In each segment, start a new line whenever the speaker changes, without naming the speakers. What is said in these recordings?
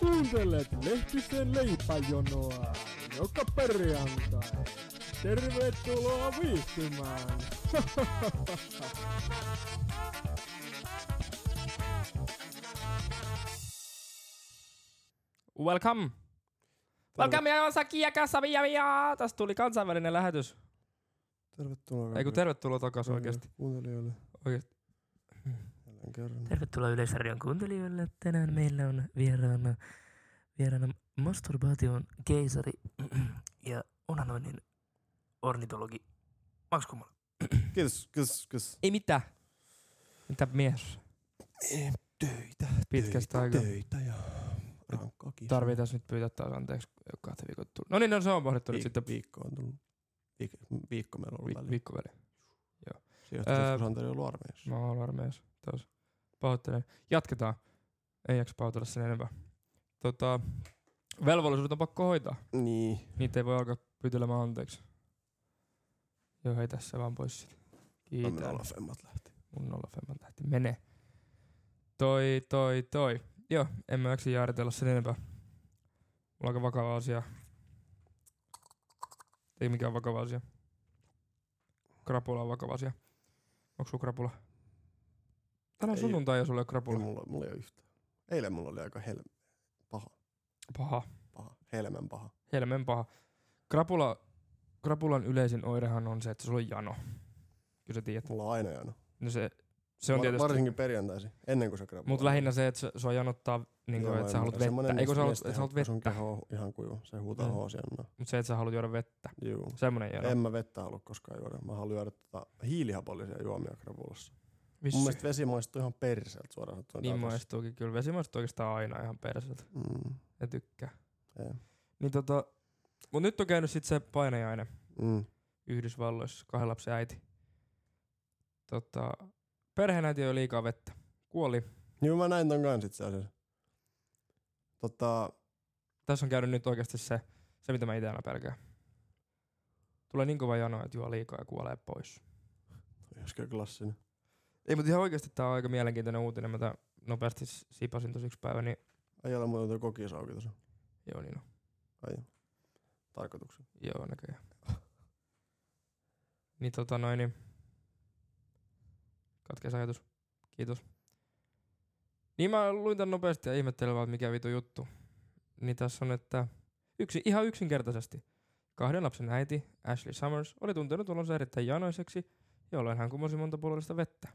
Kuuntelet Lehtisen leipäjonoa joka perjantai. Tervetuloa viihtymään!
Welcome! Welcome ja Saki ja Kasavia ja Tästä tuli kansainvälinen lähetys. Mm.
Tervetuloa
Ei kun
kaikille
tervetuloa takaisin oikeesti.
Kuuntelijoille
Oikeesti.
jälleen kerran.
Tervetuloa Yleisradion kuuntelijoille. Tänään meillä on vieraana, vieraana masturbaation keisari ja onanoinnin ornitologi Max Kummola.
Kiitos, kiitos, kiitos.
Ei mitään. Mitä mies?
Töitä,
Pitkästä aikaa.
töitä ja rankkaa kiitos.
Tarvii tässä nyt pyytää taas anteeksi kahta viikon tullut. No niin, no se on pohdittu nyt
Viik-
sitten vi-
Viikko on tullut. Viik- viikko meillä on ollut välillä.
viikko väliin.
Se johtuu,
Öö,
koska Santeri on ollut armeijassa.
Mä oon armeijassa taas. Pahoittelen. Jatketaan. Ei jaksa pahoitella sen enempää. Tota, velvollisuudet on pakko hoitaa.
Niin.
Niitä ei voi alkaa pyytelemään anteeksi. Joo, heitä se vaan pois sit.
Mä
Kiitos.
menen olla femmat lähti.
mun nolla femman tähti menee. Toi, toi, toi. Joo, en mä jaksa jaaritella sen enempää. Mulla on aika vakava asia. Ei mikään vakava asia. Krapula on vakava asia. Onko sulla krapula? Tänä
Ei.
sunnuntai jos sulla ei ole
Mulla,
krapula.
mulla, mulla ei ole yhtään. Eilen mulla oli aika helm... paha,
Paha.
paha, helmän paha.
Helmen paha. Krapula, krapulan yleisin oirehan on se, että sulla on jano. Kyllä sä tiedät.
Mulla on aina jano.
No se, se on
Var-
tietysti.
Varsinkin perjantaisin, ennen kuin se krapula.
Mutta lähinnä se, että se- sua janottaa, niin kuin, että sä haluat vettä. Eikö sä haluat, että sä haluat
Sun
vettä,
keho on ihan kuiva, se huutaa
Mm.
hoosianna.
mutta se, että sä haluat juoda vettä.
Juu.
Semmonen jano.
En mä vettä halua koskaan juoda. Mä haluan juoda tota hiilihapollisia juomia krapulassa.
Vissi.
Mun mielestä vesi maistuu ihan perseeltä suoraan sanottuna.
Niin
kaupassa.
maistuukin kyllä. Vesi maistuu oikeastaan aina ihan perseltä.
Mm.
Ja tykkää.
Ei.
Niin tota, mut nyt on käynyt sit se painajainen
Mm.
Yhdysvalloissa, kahden lapsen äiti. Tota, perheenäiti oli liikaa vettä. Kuoli.
Joo, mä näin ton kans itse asiassa. Tota,
Tässä on käynyt nyt oikeasti se, se mitä mä itse aina pelkään. Tulee niin kova jano, että juo liikaa ja kuolee pois.
joskin klassinen.
Ei, mutta ihan oikeasti tää on aika mielenkiintoinen uutinen. Mä tää nopeasti s- sipasin tosi yksi päivä, niin
Ajalla muuten toi kokis auki tuossa.
joo niin on.
Ai, tarkoituksen.
Joo, näköjään. Niin tota noin, niin... Katkes ajatus. Kiitos. Niin mä luin tän nopeasti ja ihmettelin vaan, että mikä vitu juttu. Niin tässä on, että yksi, ihan yksinkertaisesti. Kahden lapsen äiti, Ashley Summers, oli tuntenut olonsa erittäin janoiseksi, jolloin hän kumosi monta pullollista vettä.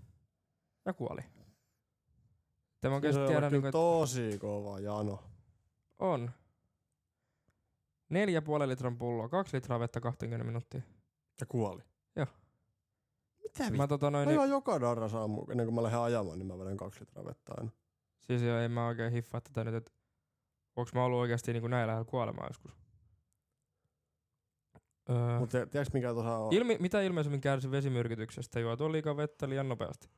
Ja kuoli. Tämä on
Se
kestä
on
tiedä,
kyllä
niin kuin, että
tosi kova jano.
on. Neljä puolen litran pulloa, kaksi litraa vettä 20 minuuttia.
Ja kuoli.
Joo.
Mitä vittu?
Mä tota noin,
Mä
niin,
juon joka darras aamu, ennen kuin mä lähden ajamaan, niin mä vedän kaksi litraa vettä aina.
siis joo, en mä oikein hiffaa tätä nyt, että onks mä ollut oikeesti niinku näin lähellä kuolemaa joskus. Öö,
Mutta tiedätkö mikä tuossa on?
ilmi, mitä ilmeisemmin kärsi vesimyrkytyksestä, juo tuon liikaa vettä liian nopeasti.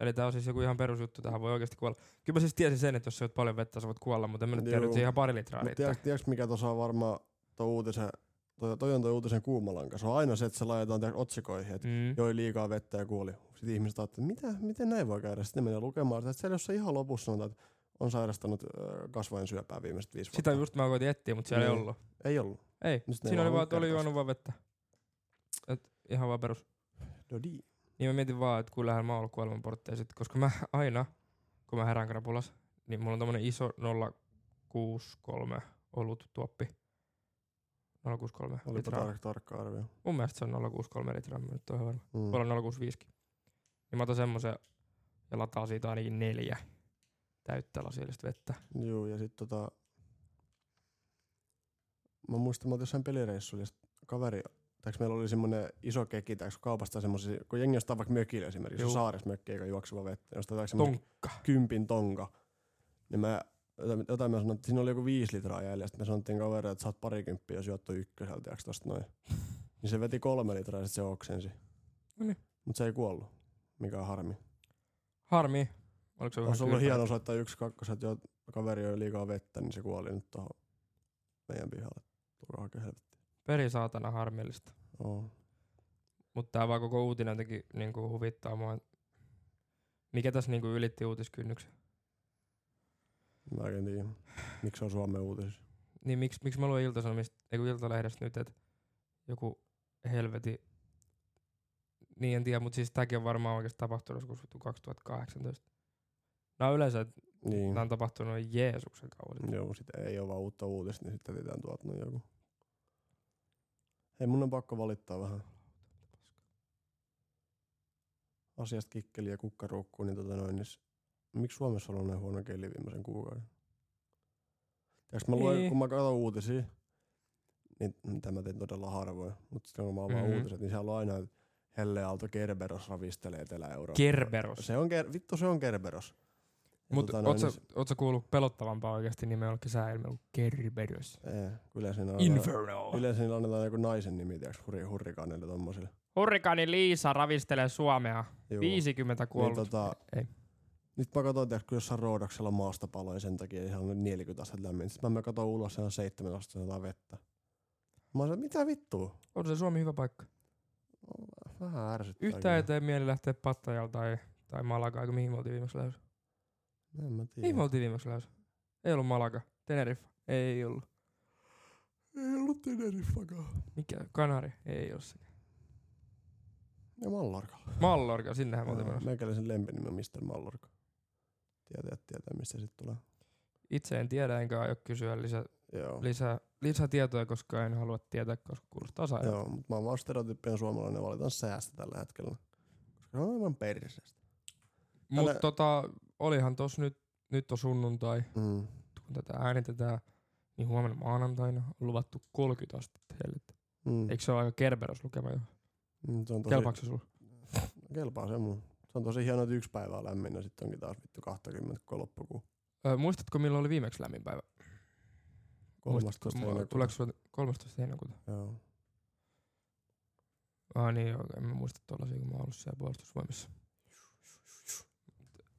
Eli tää on siis joku ihan perusjuttu, tähän voi oikeasti kuolla. Kyllä mä siis tiesin sen, että jos sä oot paljon vettä, sä voit kuolla, mutta en mä nyt tiedä,
Juu.
että se ihan pari litraa
Mutta
riittää.
tiedätkö, tiedätkö mikä tuossa on varmaan tuo uutisen, toi, toi on tuo uutisen kuumalanka. Se on aina se, että se laitetaan tiedätkö, otsikoihin, että
Mm.
joi liikaa vettä ja kuoli. Sitten ihmiset ajattelee, että mitä, miten näin voi käydä. Sitten ne menee lukemaan sitä, että siellä jossain ihan lopussa sanotaan, että on sairastanut ö, kasvojen syöpää viimeiset viisi vuotta.
Sitä just mä koitin etsiä, mutta siellä ei
Niin.
ollut.
Ei ollut.
Ei,
Nyt ne
siinä
vaan
oli vaan, että oli
hukkaavat
juonut vaan vettä. Et ihan vaan perus.
No di.
Niin mä mietin vaan, että kyllähän mä oon ollut kuoleman portteja sit, koska mä aina, kun mä herään krapulas, niin mulla on tommonen iso 063 ollut tuoppi. 063
Olipa
litraa.
tar- tarkka arvio.
Mun mielestä se on 063 litraa, mä nyt oon ihan varma.
Mm.
Voi olla 065. Niin mä otan semmosen ja lataa siitä ainakin neljä täyttä lasillista vettä.
Joo, ja sitten tota... Mä muistan, mä olin jossain pelireissulla, ja sit kaveri, tääks meillä oli semmonen iso keki, tääks kaupasta semmosia, kun jengi ostaa vaikka mökillä esimerkiksi,
Juu.
Juu. saarismökki eikä juoksuva vettä, jostain tääks semmonen
Tonkka.
kympin tonka, niin mä jotain- jotain mä sanoin, että siinä oli joku viisi litraa jäljellä, sitten me sanottiin kaverille, että sä oot parikymppiä, jos juottu ykköseltä, tiiäks tosta noin. Niin se veti kolme litraa ja sit se oksensi.
No niin.
Mut se ei kuollut, mikä on harmi.
Harmi. Oliko se vähän
Olisi ollut
kylmä?
hieno soittaa yksi kakkoset, jo kaveri oli liikaa vettä, niin se kuoli nyt tuohon meidän pihalle. Tulkaa hakea helvettiä.
Peri saatana harmillista.
Oo.
Mutta tämä vaan koko uutinen jotenkin niin kuin niinku huvittaa mua. Mikä tässä niin kuin ylitti uutiskynnyksen?
Mä en tiedä, miksi se on Suomen uutisissa.
Niin miksi, miksi mä luen Ilta-Sanomista, ei kun Iltalehdestä nyt, että joku helveti, niin en tiedä, mutta siis tämäkin on varmaan oikeasti tapahtunut joskus vittu 2018. Nämä on yleensä, että
Niin.
nämä on tapahtunut Jeesuksen kauan. sitten.
Joo, sit ei ole vaan uutta uutista, niin sitten jätetään tuolta noin joku. Hei, mun on pakko valittaa vähän. Asiasta kikkeli ja kukkaruukkuun, niin tota noin, niin s- miksi Suomessa on ollut näin huono keli viimeisen kuukauden? Tiedätkö, mä luen,
Niin.
kun mä katson uutisia, niin mitä mä teen todella harvoin, mutta sitten kun mä avaan
Mhm.
uutiset, niin siellä on aina, että Helle Aalto Kerberos ravistelee Etelä-Eurooppaa.
Kerberos.
Se on, ker- vittu se on Kerberos. Ja
Mutta
noin,
oot sä
niin s-
oot sä kuullut pelottavampaa oikeasti nimeä jollekin sääilmiö kuin Kerberos?
Ei, kyllä siinä on.
Inferno.
Yleensä niillä annetaan joku naisen nimi, tiiäks, hurri, hurrikaanille tommosille.
Hurrikaani Liisa ravistelee Suomea.
Juu.
50
Niin,
kuollut.
tota,
Ei.
Nyt mä katsoin, tiiäks, kun jossain Roodaksella maasta paloi sen takia ihan 40 astetta lämmin. Sitten mä katsoin ulos, se on 7 astetta vettä. Mä sanoin, mitä vittua?
On se Suomi hyvä paikka.
Vähän ärsyttää.
Yhtä
kyllä.
eteen mieli lähteä Pattajalta tai, tai Malagaan, kun mihin me oltiin viimeksi lähdössä.
En mä
Mihin me
tiedä.
oltiin viimeksi lähdössä? Ei ollut Malaga. Teneriffa. Ei ollut.
Ei ollut Teneriffakaan.
Mikä? Kanari. Ei ollut se.
Ja Mallorca.
Mallorca, sinnehän me oltiin
Joo,
menossa.
Meikäläisen lempinimi on Mr. Mallorca. Tietää, tietää, mistä se sitten tulee.
Itse en tiedä, enkä aio kysyä lisä,
Joo.
lisää, lisätietoja, koska en halua tietää, koska kuulostaa sairaalta.
Joo, mutta mä oon vaan stereotyyppinen suomalainen ja valitan säästä tällä hetkellä. Koska se on aivan perseestä.
Mutta
Älä-
tota, olihan tos nyt, nyt on sunnuntai,
Mm.
kun tätä äänitetään, niin huomenna maanantaina on luvattu 30 astetta hellettä.
Mm.
Eikö se ole aika kerberos lukema jo?
Mm, se on tosi,
Kelpaako se sulla?
Kelpaa se mun. Se on tosi hienoa, että yksi päivä on lämmin ja sitten onkin taas vittu 20 koko loppukuu.
Ö, muistatko milloin oli viimeksi lämmin päivä?
13.
Muistatko-
heinäkuuta.
Tuleeko sulla 13. heinäkuuta?
Joo.
Ah niin joo, en mä muista tollasia, kun mä oon ollut siellä puolustusvoimissa.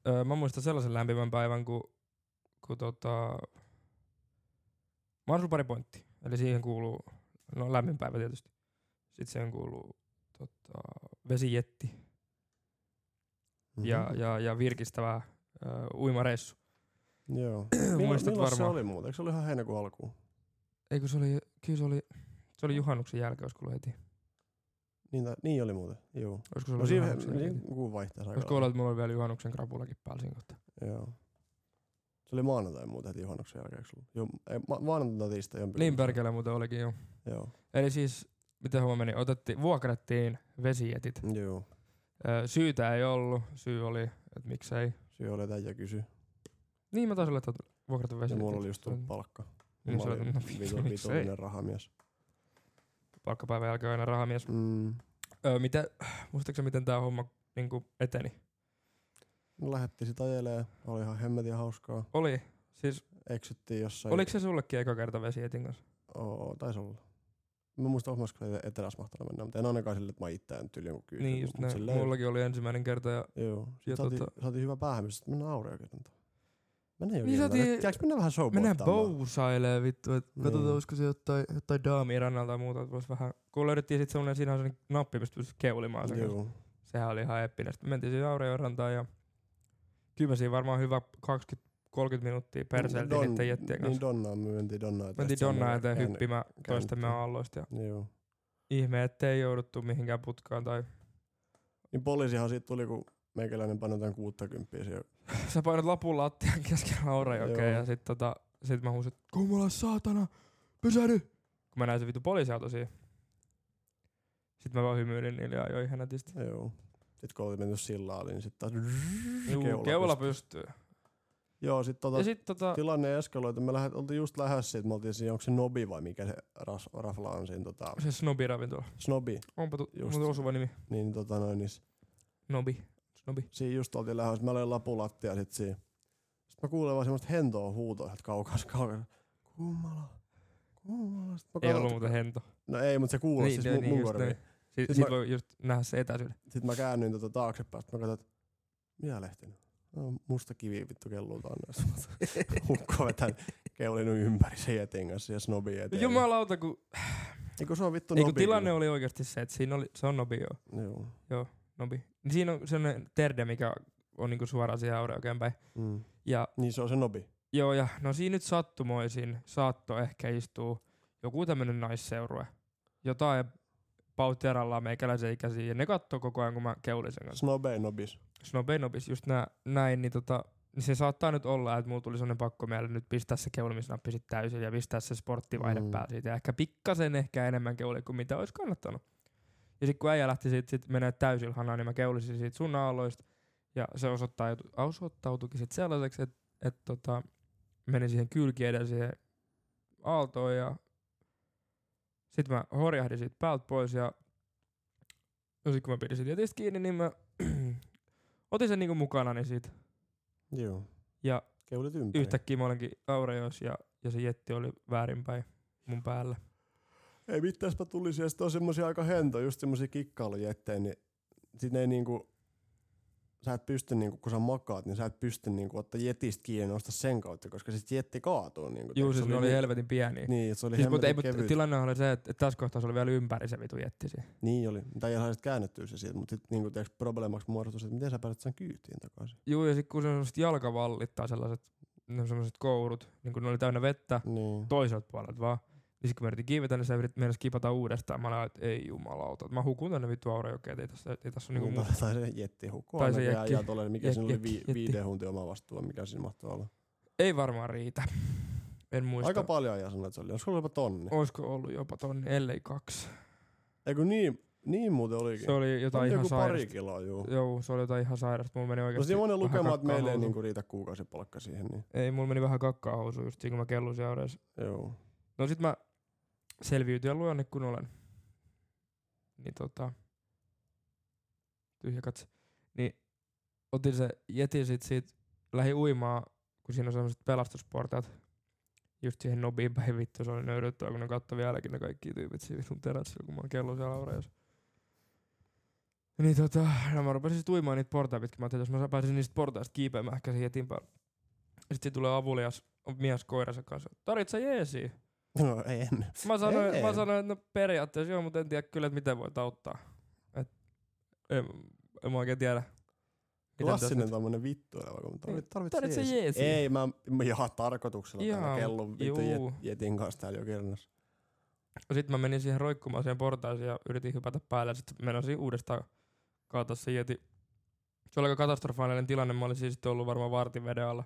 Öö, mä muistan sellaisen lämpimän päivän, kun, kun tota... Mä oon sulla pari pointtia. Eli siihen kuuluu, no lämmin päivä tietysti. Sitten siihen kuuluu tota, vesijetti
Mhm.
ja, ja, ja virkistävä öö, uimareissu.
Joo.
Muistat
Milloin se
varmaan.
oli muuta? Eikö se oli ihan heinäkuun alkuun?
Eikö se oli, kyllä se oli, se oli juhannuksen jälkeen, olisiko ollut heti.
Niin, tai, niin oli muuten, joo.
Olisiko se
No
ollut
siinä
juhannuksen jälkeen?
niin, kuun vaihteessa aika
Olisiko ollut, että mulla oli vielä juhannuksen krapulakin päällä siinä kohtaa?
lailla. Joo. Se oli maanantai muuten heti juhannuksen jälkeen. eikö sulla? Joo, ei, ma- maanantai tai tiistai jompi.
Niin perkele muuten olikin jo.
Joo.
Eli siis, miten homma meni, otettiin, vuokrattiin vesijetit.
Joo.
Öö, syytä ei ollut, syy oli, että miksei.
Syy oli että äijä kysy.
Niin mä taisin laittaa vuokrata
Ja
vesijetit.
mulla oli just tullut
Niin
palkka.
niin
mä
se oli,
olin
no
vitu,
vittu, miksei.
vitullinen rahamies.
Palkkapäivän jälkeen aina rahamies.
Mm.
Öö, mitä, muistatko sä, miten tää homma niinku eteni?
Lähetti sitä Niin ajelee. Oli ihan hemmetin hauskaa.
Oli, siis
Eksyttiin jossain.
oliko se sullekin eka kerta vesijätin kanssa?
Oo, taisi olla. Mä muistan, olisiko mä etelässä mahtanut mennä, mutta en ainakaan sille, että mä itse en tyyli jonkun kyyti.
niin just näin,
Silleen,
mullakin oli ensimmäinen kerta ja
Joo.
ja
Sitten saatiin,
tota-
saatiin hyvä päähämys, että mennään aurinkokentaan. Mennään jo
Niin
niin
saatiin-
saatiin... Jääks mennä vähän
Mennään
showboittamaan?
bousailee vittu, et
Niin.
katsotaan olisiko se jotain, jotain daamia rannalta tai muuta, et vois vähän, kun löydettiin sit semmonen, siinä on semmonen nappi, mistä pystyy keulimaan sen kanssa.
Joo.
Sehän oli ihan eppinen. Sitten mentiin siihen Aureon rantaan ja kyllä me siinä varmaan hyvä 20-30 minuuttia perseeltiin
Don-
niiden jettien
Niin
kanssa.
Donnaan, me mentiin Donnaan eteen.
Mentiin
sit siellä
Donna eteen
käänny-
hyppimään toistemme
käännettiin.
aalloista ja
Joo.
ihme, ettei jouduttu mihinkään putkaan tai
Niin poliisihan siitä tuli, kun meikäläinen painoi jotain 60 siihen.
sä painot lapun lattian keskellä Aurajokea
Joo.
ja sit tota, sit mä huusin, että kumala saatana, pysähdy! Kun mä näin se vittu poliisiauto siinä. Sitten mä vaan hymyilin niille ja ajoin ihan nätisti.
Joo. Sitten kun oli mennyt sillaa, niin sitten taas...
Juu, keula pystyy.
Joo, sitten tota,
Ja sit tota,
tilanne eskaloitu. Me lähet, oltiin just lähes siitä, me oltiin siinä, onko se Nobi vai mikä se ras, rafla on siinä, tota,
se snobiravintola.
Snobi,
Onpa tu-
Just.
muuten osuva nimi.
niin tota noin, niin s-
Nobi. Snobi.
siinä just oltiin lähes, mä olin lapulattia sit siinä. Sitten mä kuulen vaan semmoista hentoa huutoa sieltä kaukas, kaukas. Kummala, kummala. Sit mä
Ei
katson-
ollut muuten hento.
No ei, mutta se kuulosti niin, siis mun, mun
just
korviin.
näin. Sit,
Siis
sit
mä-
voi just nähdä se etäisyyden.
Sitten mä käännyin tota taaksepäin, sit mä katsoin, että mitä lehtinen? No, musta kivi vittu kelluu tannoissa. Hukko vetää keulinut ympäri sen jetin kanssa ja snobi eteen.
Jumalauta, kun,
Eikö se on vittu
ei, kun
nobi
tilanne oli oikeasti se, että siinä oli, se on nobi joo.
kyllä? Joo.
Nobi. Niin siinä on sellainen terde, mikä on niinku suoraan siihen aureokeen päin.
Mm.
Ja
Niin se on se nobi.
Joo, ja no siinä nyt sattumoisin saatto ehkä istuu joku tämmönen naisseurue. Jotain pauterallaan meikäläisen ikäisiä, ja ne kattoo koko ajan, kun mä keulisen kanssa.
Snobei nobis.
Snobenobis, just nää, näin, niin, tota, niin se saattaa nyt olla, että mulla tuli sellainen pakko mieleen nyt pistää se keulimisnappi sit täysin ja pistää se sporttivaihde
Mm.
mm. päälle siitä. Ja ehkä pikkasen ehkä enemmän keuli kuin mitä olisi kannattanut. Ja sitten kun äijä lähti siitä sit menee täysillä hanaan, niin mä keulisin siitä sun aalloista. Ja se osoittaa, osoittautuikin sit sellaiseksi, että et, tota, menin siihen kylki edellä siihen aaltoon ja sitten mä horjahdin siitä päältä pois ja sitten kun mä pidin siitä jätistä kiinni, niin mä otin sen niinku mukana niin siitä.
Joo.
Ja
Keulit ympäri.
yhtäkkiä mä olenkin Aureos ja, ja se jetti oli väärinpäin mun päällä.
Ei mitäspä tulisi, ja sitten on semmosia aika hento, just semmosia kikkailujettejä, niin sit ne ei niinku, sä et pysty niinku, kun sä makaat, niin sä et pysty niinku ottaa jetistä kiinni ja nostaa sen kautta, koska sit jetti kaatuu niinku.
Juu,
Se
siis ne oli
niin-
helvetin pieniä. Niin.
Niin, et se oli
Siis, mutta ei,
hemmetin
mutta
kevyt.
tilanne oli se, että, että tässä kohtaa se oli vielä ympäri se vitu jetti siinä.
Niin oli. Tai ei saa sit käännettyä se siitä, mutta sit niinku tiiäks probleemaksi muodostui se, että miten sä pääset sen kyytiin takaisin.
Juu, ja sitten kun se on semmoset jalkavallit tai sellaiset, ne on semmoset kourut, niin kun ne oli täynnä vettä
Niin.
toiselta puolelta vaan. Niin sit kun mä yritin kiivetä, niin se yritti mennä kipata uudestaan. Mä olin, että ei jumalauta, että mä hukun tänne vittu Aurejokeen, ei tässä, ei tässä on niinku muuta.
tai, tai se jetti hukkuu.
Tai
Tai
se
se
jekki.
jäkki. Tolle, niin mikä
Jek-
siinä oli
jekki,
vi,
jetti.
viiden huntin oma vastuu, mikä siinä mahtoi olla.
Ei varmaan riitä. En muista.
Aika paljon ja sanoit, että se oli. Olisiko ollut jopa tonni?
Olisiko ollut jopa tonni, ellei kaksi.
Eikö niin, niin muuten olikin.
Se oli jotain
joku
ihan
pari
sairasta.
kiloa, juu.
Joo, se oli jotain ihan sairasta. Mulla meni
No
oikeasti
siinä on
vähän
lukema, että
kakkaa
meille ei
housuun.
niinku riitä kuukausipalkka siihen. Niin.
Ei, mulla meni vähän kakkaa housuun just siinä, kun mä kellusin aureessa.
Joo.
No sit mä selviytyin ja luonne kun olen. Niin tota... Tyhjä katse. Niin otin se jätin sit siitä lähi uimaa, kun siinä on semmoset pelastusportaat. Just siihen nobiin päin vittu, se oli nöyryttävä, kun ne kattoi vieläkin ne kaikki tyypit siinä vitun terassilla, kun mä kellon siellä aureessa. Niin tota, no mä rupesin sit uimaan niitä portaita pitkin. Mä ajattelin, että jos mä pääsin niistä portaista kiipeämään ehkä siihen jätin päälle. Sitten siitä tulee avulias mies koiransa kanssa. Tarvitset sä jeesiä?
No en.
Mä sanoin,
Ei.
mä sanoin, että no periaatteessa joo, mutta en tiedä kyllä, että miten voit auttaa. Et, en, en mä oikein tiedä. miten tässä
Klassinen
nyt-
tämmönen vittuileva, kun tarvit, tarvit,
Tarvitset sä jeesiä?
Ei, mä, mä ihan tarkoituksella Jaa,
Jaa,
täällä kellun vittu
juu.
jet, jetin kanssa täällä jokirannassa.
Sitten mä menin siihen roikkumaan siihen portaisiin ja yritin hypätä päälle ja sitten menosin uudestaan kaataa se jeti. Se oli aika katastrofaalinen tilanne. Mä olin siis sitten ollut varmaan vartin veden alla.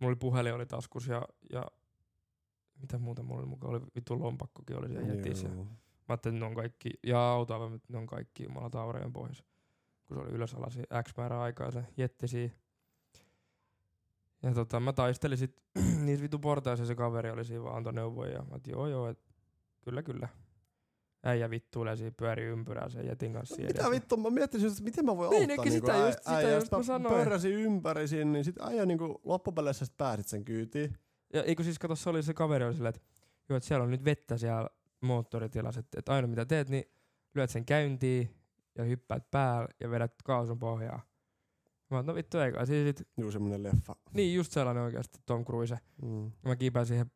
Mulla oli puhelin oli taskus ja, ja mitä muuta mulla oli mukaan. Oli vittu lompakkokin oli siellä jetissä.
Juu.
Mä ajattelin, että ne on kaikki, ja autoavaimet, ne on kaikki jumalata aureon pois. Kun se oli ylös alasi X määrä aikaa se jetti siinä. Ja tota, mä taistelin sit niissä vitu portaissa se kaveri oli siinä vaan antoi neuvoja. Ja mä et, joo joo, et, kyllä kyllä. Äijä vittuilee siinä pyöri ympyrää sen jetin kanssa. siinä
No Mitä
edessä.
vittu, mä miettisin, että miten mä voin
Niin,
auttaa. niinku
eikö sitä
ä-
just- sitä
äijää,
just
sit
mä sanoin.
Pörräsin ympäri siinä, niin sit äijä niinku loppupeleissä sit pääsit sen kyytiin.
Ja eikö siis kato, se oli se kaveri oli silleen, että joo, et siellä on nyt vettä siellä moottoritilassa, että et aina mitä teet, niin lyöt sen käyntiin ja hyppäät päälle ja vedät kaasun pohjaa. Mä oon, no vittu eikä. Siis sit
Juu, semmonen leffa.
Niin, just sellainen oikeasti Tom Cruise.
Mm.
Mä kiipään siihen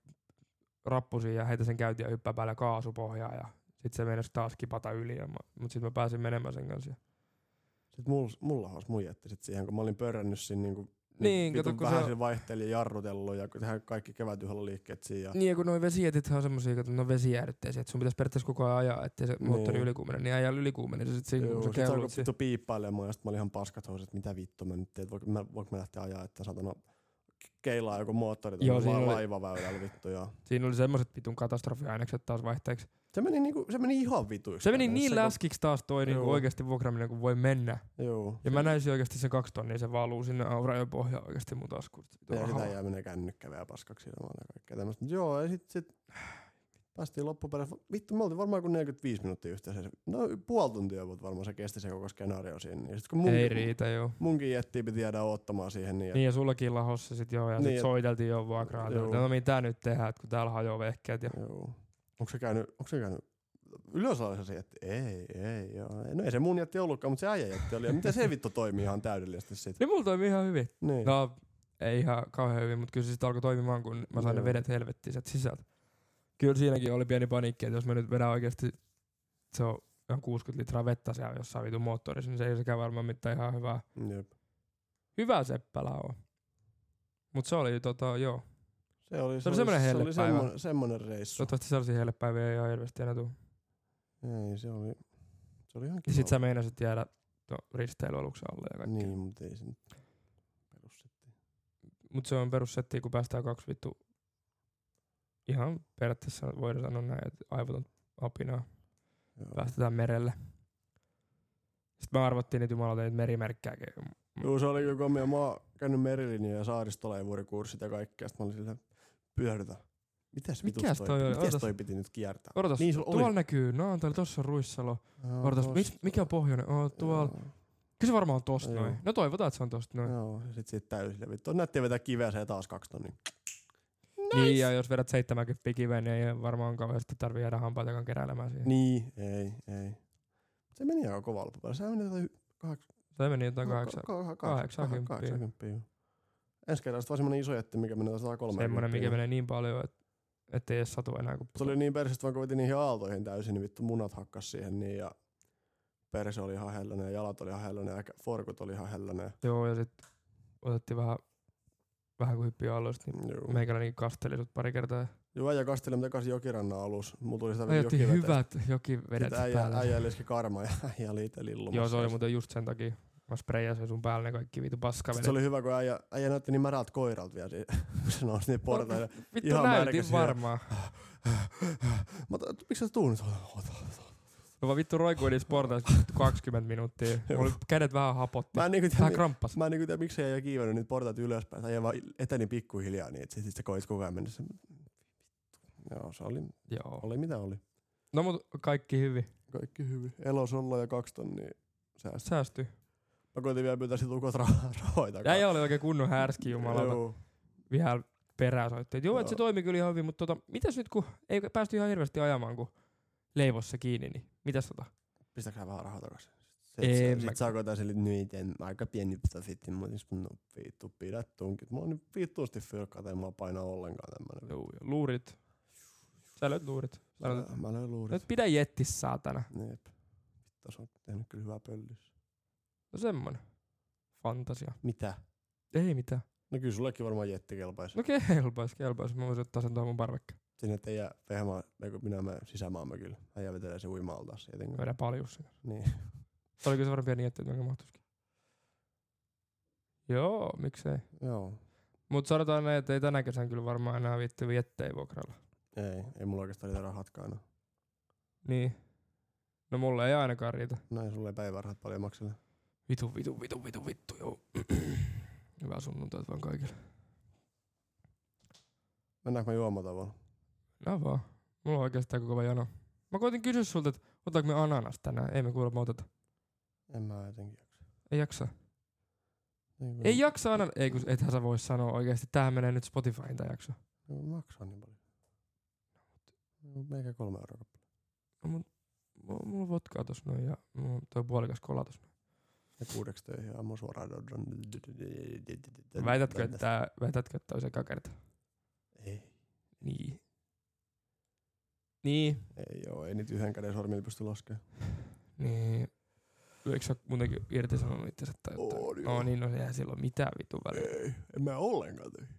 rappusiin ja heitän sen käyntiin ja hyppään päällä kaasupohjaa ja sit se meinasi taas kipata yli, ja mä, mut sit mä pääsin menemään sen kanssa.
Sitten mulla, mulla olisi mun jätti sit siihen, kun mä olin pörrännyt siinä niinku
Niin, kato,
vitun
kun
vähän
se-
se... vaihteli ja jarrutellut ja tehdään kaikki kevätyhällä liikkeet siinä. Ja...
Niin ja kun noi vesijätit on semmosia, että ne on vesijäädytteisiä, että sun pitäisi periaatteessa koko ajan ajaa, ettei se moottori
Niin.
ylikuumene, niin äijällä ylikuumene se sit siinä, kun sä
sit se alkoi
kellut si-
vittu piippailemaan ja sit mä olin ihan paskat housut, että mitä vittu mä nyt teet, voinko mä, voinko mä lähteä ajaa, että satana keilaa joku moottori
Joo,
tuolla
siinä
la-
oli-
laivaväylällä vittu. Ja...
Siinä oli semmoset vitun katastrofiainekset taas vaihteeksi.
Se meni, niinku, se meni ihan vituiksi.
Se meni
käytännössä,
niin läskiksi taas toi niinku
Joo.
oikeasti vuokraaminen kuin voi mennä.
Kun... Joo.
Ja mä näisin oikeasti sen kaksi tonnia, se valuu sinne aurajoen pohjaan oikeasti mun taskuun. Vitun
Ja sitä
rahaa.
jää menee kännykkä vielä paskaksi ilman ja kaikkea tämmöstä. Mut Joo, ja sit, sit päästiin loppupeleissä. Vittu, me oltiin varmaan kuin 45 minuuttia yhteensä. No puoli tuntia mutta varmaan se kesti se koko skenaario siinä. Ja sit kun mun,
Ei riitä, joo.
munkin jättiin piti jäädä oottamaan siihen. Niin,
Niin ja sullakin lahossa sit joo, ja niin
Niin,
sit
et-
soiteltiin jo vuokraa.
Joo.
No mitä nyt tehdään, et kun täällä hajoaa vehkeet ja
Joo. Onko se käynyt, onko se käynyt ylösalaisensa se jätti? Ei, ei, joo. No ei se mun jätti ollutkaan, mutta se äijä jätti oli. Ja miten se vittu toimii ihan täydellisesti sit?
Niin mulla toimii ihan hyvin.
Niin.
No ei ihan kauhean hyvin, mutta kyllä se sit alkoi toimimaan, kun mä sain ne
Joo.
vedet helvettiin sieltä sisältä. Kyllä siinäkin oli pieni paniikki, että jos mä nyt vedän oikeesti se on ihan 60 litraa vettä siellä jossain vitun moottorissa, niin se ei sekään varmaan mitään ihan hyvää,
Niin, Jep.
hyvää seppälää oo. Mut se oli tota, joo.
Se oli,
Se oli
oli-
semmonen
se oli
hellepäivä.
semmonen, semmonen reissu.
Toivottavasti sellaisia hellepäiviä ei ihan hirveästi enää tule.
Ei, se oli, se oli ihan
Ja
kiva.
sit sä meinasit jäädä no, risteilyaluksen alle ja kaikkea.
Niin, mutta ei se nyt perussetti.
Mut se on perussetti, kun päästään kaksi vittu. Ihan periaatteessa voidaan sanoa näin, että aivoton apinaa.
Joo.
Päästetään merelle. Sitten me arvattiin, että jumalauta ei nyt merimerkkääkin.
Joo, se oli kyllä komia. Mä oon käynyt merilinjoja ja saaristolaivuurikurssit ja kaikkea. Sitten mä olin silleen, pyörtä. Mitäs vitus
Mikäs
toi,
toi oli?
Mitäs
Ootas.
toi piti nyt kiertää?
Odotas,
Niin,
niin,
sulla oli-
tuolla näkyy Naantali, tossa on Ruissalo.
Joo,
Odotas,
tosta.
mis, mikä on pohjoinen? Oo, tuolla.
Joo.
Kyllä se varmaan on tosta
Joo.
noin. No toivotaan, että se on tosta noin.
Joo, ja sit siitä täysillä. Vittu, nätti vetää kiveeseen taas kaksi tonnia.
Niin, ja jos vedät 70 kiveen, niin ei varmaan kauheasti tarvii jäädä hampaitakaan keräilemään siihen. Niin.
Niin, ei, ei. Se meni aika kovalla loppupäällä. Se meni jotain
Se meni jotain kahdeksan. kahdeksankymppiä.
80. Ensi kerralla sitten vaan semmonen iso jätti, mikä menee 130.
Semmoinen, mikä menee niin paljon, että ettei edes satu enää. Kun
Se oli niin persestä, vaan kun veti niihin aaltoihin täysin, niin vittu munat hakkas siihen niin ja perse oli ihan hellönen, ja jalat oli ihan hellönen, ja kä- forkut oli ihan hellönen.
Joo, ja sitten otettiin vähän, vähän kuin hyppiä alusta, niin
Joo.
meikäläinen kasteli sut pari kertaa. ja
Joo, äijä kasteli takaisin jokirannan alus. Mulla tuli sitä
Ajettiin
jokivetä.
hyvät jokivedet
Sitten äijä,
päälle.
äijä liski karma ja äijä oli itse lillumassa.
Joo, se oli muuten just sen takia. Mä spreijasin sun päälle ne kaikki vitu
Sit
paskavedet.
Se oli hyvä, kun äijä, äijä näytti niin märältä koiralta vielä, siinä, kun se nousi niin portaille.
Vittu
ihan
näytin
märkäsiä.
varmaan.
Mä otan, miksi sä tuun nyt? Ota.
Mä vaan vittu roikuin niissä portaissa vittu 20 minuuttia. Mulla oli kädet vähän hapotti.
Mä en niinku tiedä,
Vähän
mi-
kramppas.
Mä en niinku tiedä, miksi ei kiivennyt niitä portaita ylöspäin. Tai vaan eteni pikkuhiljaa niin, että sitten sä koit koko ajan mennessä. Joo, se oli,
Joo.
oli mitä oli.
No mut kaikki hyvin.
Kaikki hyvin. Elos olla ja kaksi tonnia säästä.
Säästyi.
Mä koitin vielä pyytää sit ukot ra- rahoita.
Ja ei ole oikein kunnon härski jumalauta.
Joo.
Vielä perään soitti. Et Joo, että se
Joo.
toimi kyllä ihan hyvin, mutta tota, mitäs nyt kun ei päästy ihan hirveästi ajamaan, kun leivossa kiinni, niin mitäs tota?
Pistäksä vähän rahaa takas?
En
Sitten
mä-
sit sä koitan sille, että nyt en aika pieni profitti, mutta siis no vittu pidä tunkit. Mä oon niin vittuusti fyrkkaa tai mua painaa ollenkaan tämmönen.
Joo, ja luurit. Sä löit luurit. Sanoit,
Mä, mä löin luurit.
Nyt pidä jettis saatana.
Jep. Vittu, sä oot tehnyt kyllä hyvää pöllissä.
No semmonen. Fantasia.
Mitä?
Ei mitään.
No kyllä sullekin varmaan jetti kelpaisi.
No kelpais, kelpais. Mä voisin ottaa sen tuohon mun parvekkeen.
Sinne teidän vehmaa, eikö minä mä sisämaamme kyllä. Äijä vetelee se uimaaltaas
Mä
tietenkin.
vedän paljon sinne.
Niin.
Se oli kyllä se varmaan pieni jätti, että mä mahtuisikin. Joo, miksei.
Joo.
Mut sanotaan näin, että ei tänä kesän kyllä varmaan enää vittu jättei vuokralla.
Ei, ei mulla oikeastaan riitä rahatkaan. enää.
Niin. No mulle ei ainakaan riitä.
Näin sulle No ei päivärahat paljon maksella.
Vitu, vitu, vitu, vitu, vittu, joo. Hyvää sunnuntaita vaan kaikille.
Mennäänkö me juomatavalla?
Nää vaan. Mulla on oikeastaan koko ajan jano. Mä koitin kysyä sulta, että otetaanko me ananas tänään. Ei me kuulemma oteta.
En mä jotenkin jaksa.
Ei jaksa.
Niin kun-
Ei jaksa anan... Ei kun ethän sä voi sanoa oikeesti. Tämähän menee nyt Spotifyin tää jakso.
No, maksaa niin paljon. No, Meikä kolme euroa. kappale.
No, mun, mu- mulla on vodkaa tos noin ja mulla on toi puolikas kola tos noin.
Ja kuudeksi töihin aamu suoraan. Dodon.
Väitätkö, että tää, väitätkö, että tää on se kakerta?
Ei.
Niin. Niin.
Ei joo, ei niitä yhden käden sormilla pysty laskemaan.
Niin. Eikö sä muutenkin irtisanonut itsensä tai jotain?
On joo.
no niin, no eihän sillä ole mitään vitun väliä.
Ei, en mä ollenkaan töihin.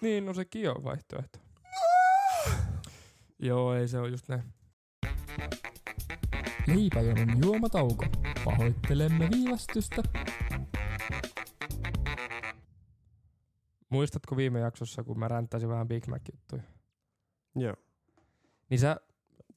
Niin, no sekin on vaihtoehto. Joo, ei se on just näin.
Leipäjonon juomatauko. Pahoittelemme viivästystä.
Muistatko viime jaksossa, kun mä ränttäsin vähän Big Mac-juttuja?
Joo.
Niin sä,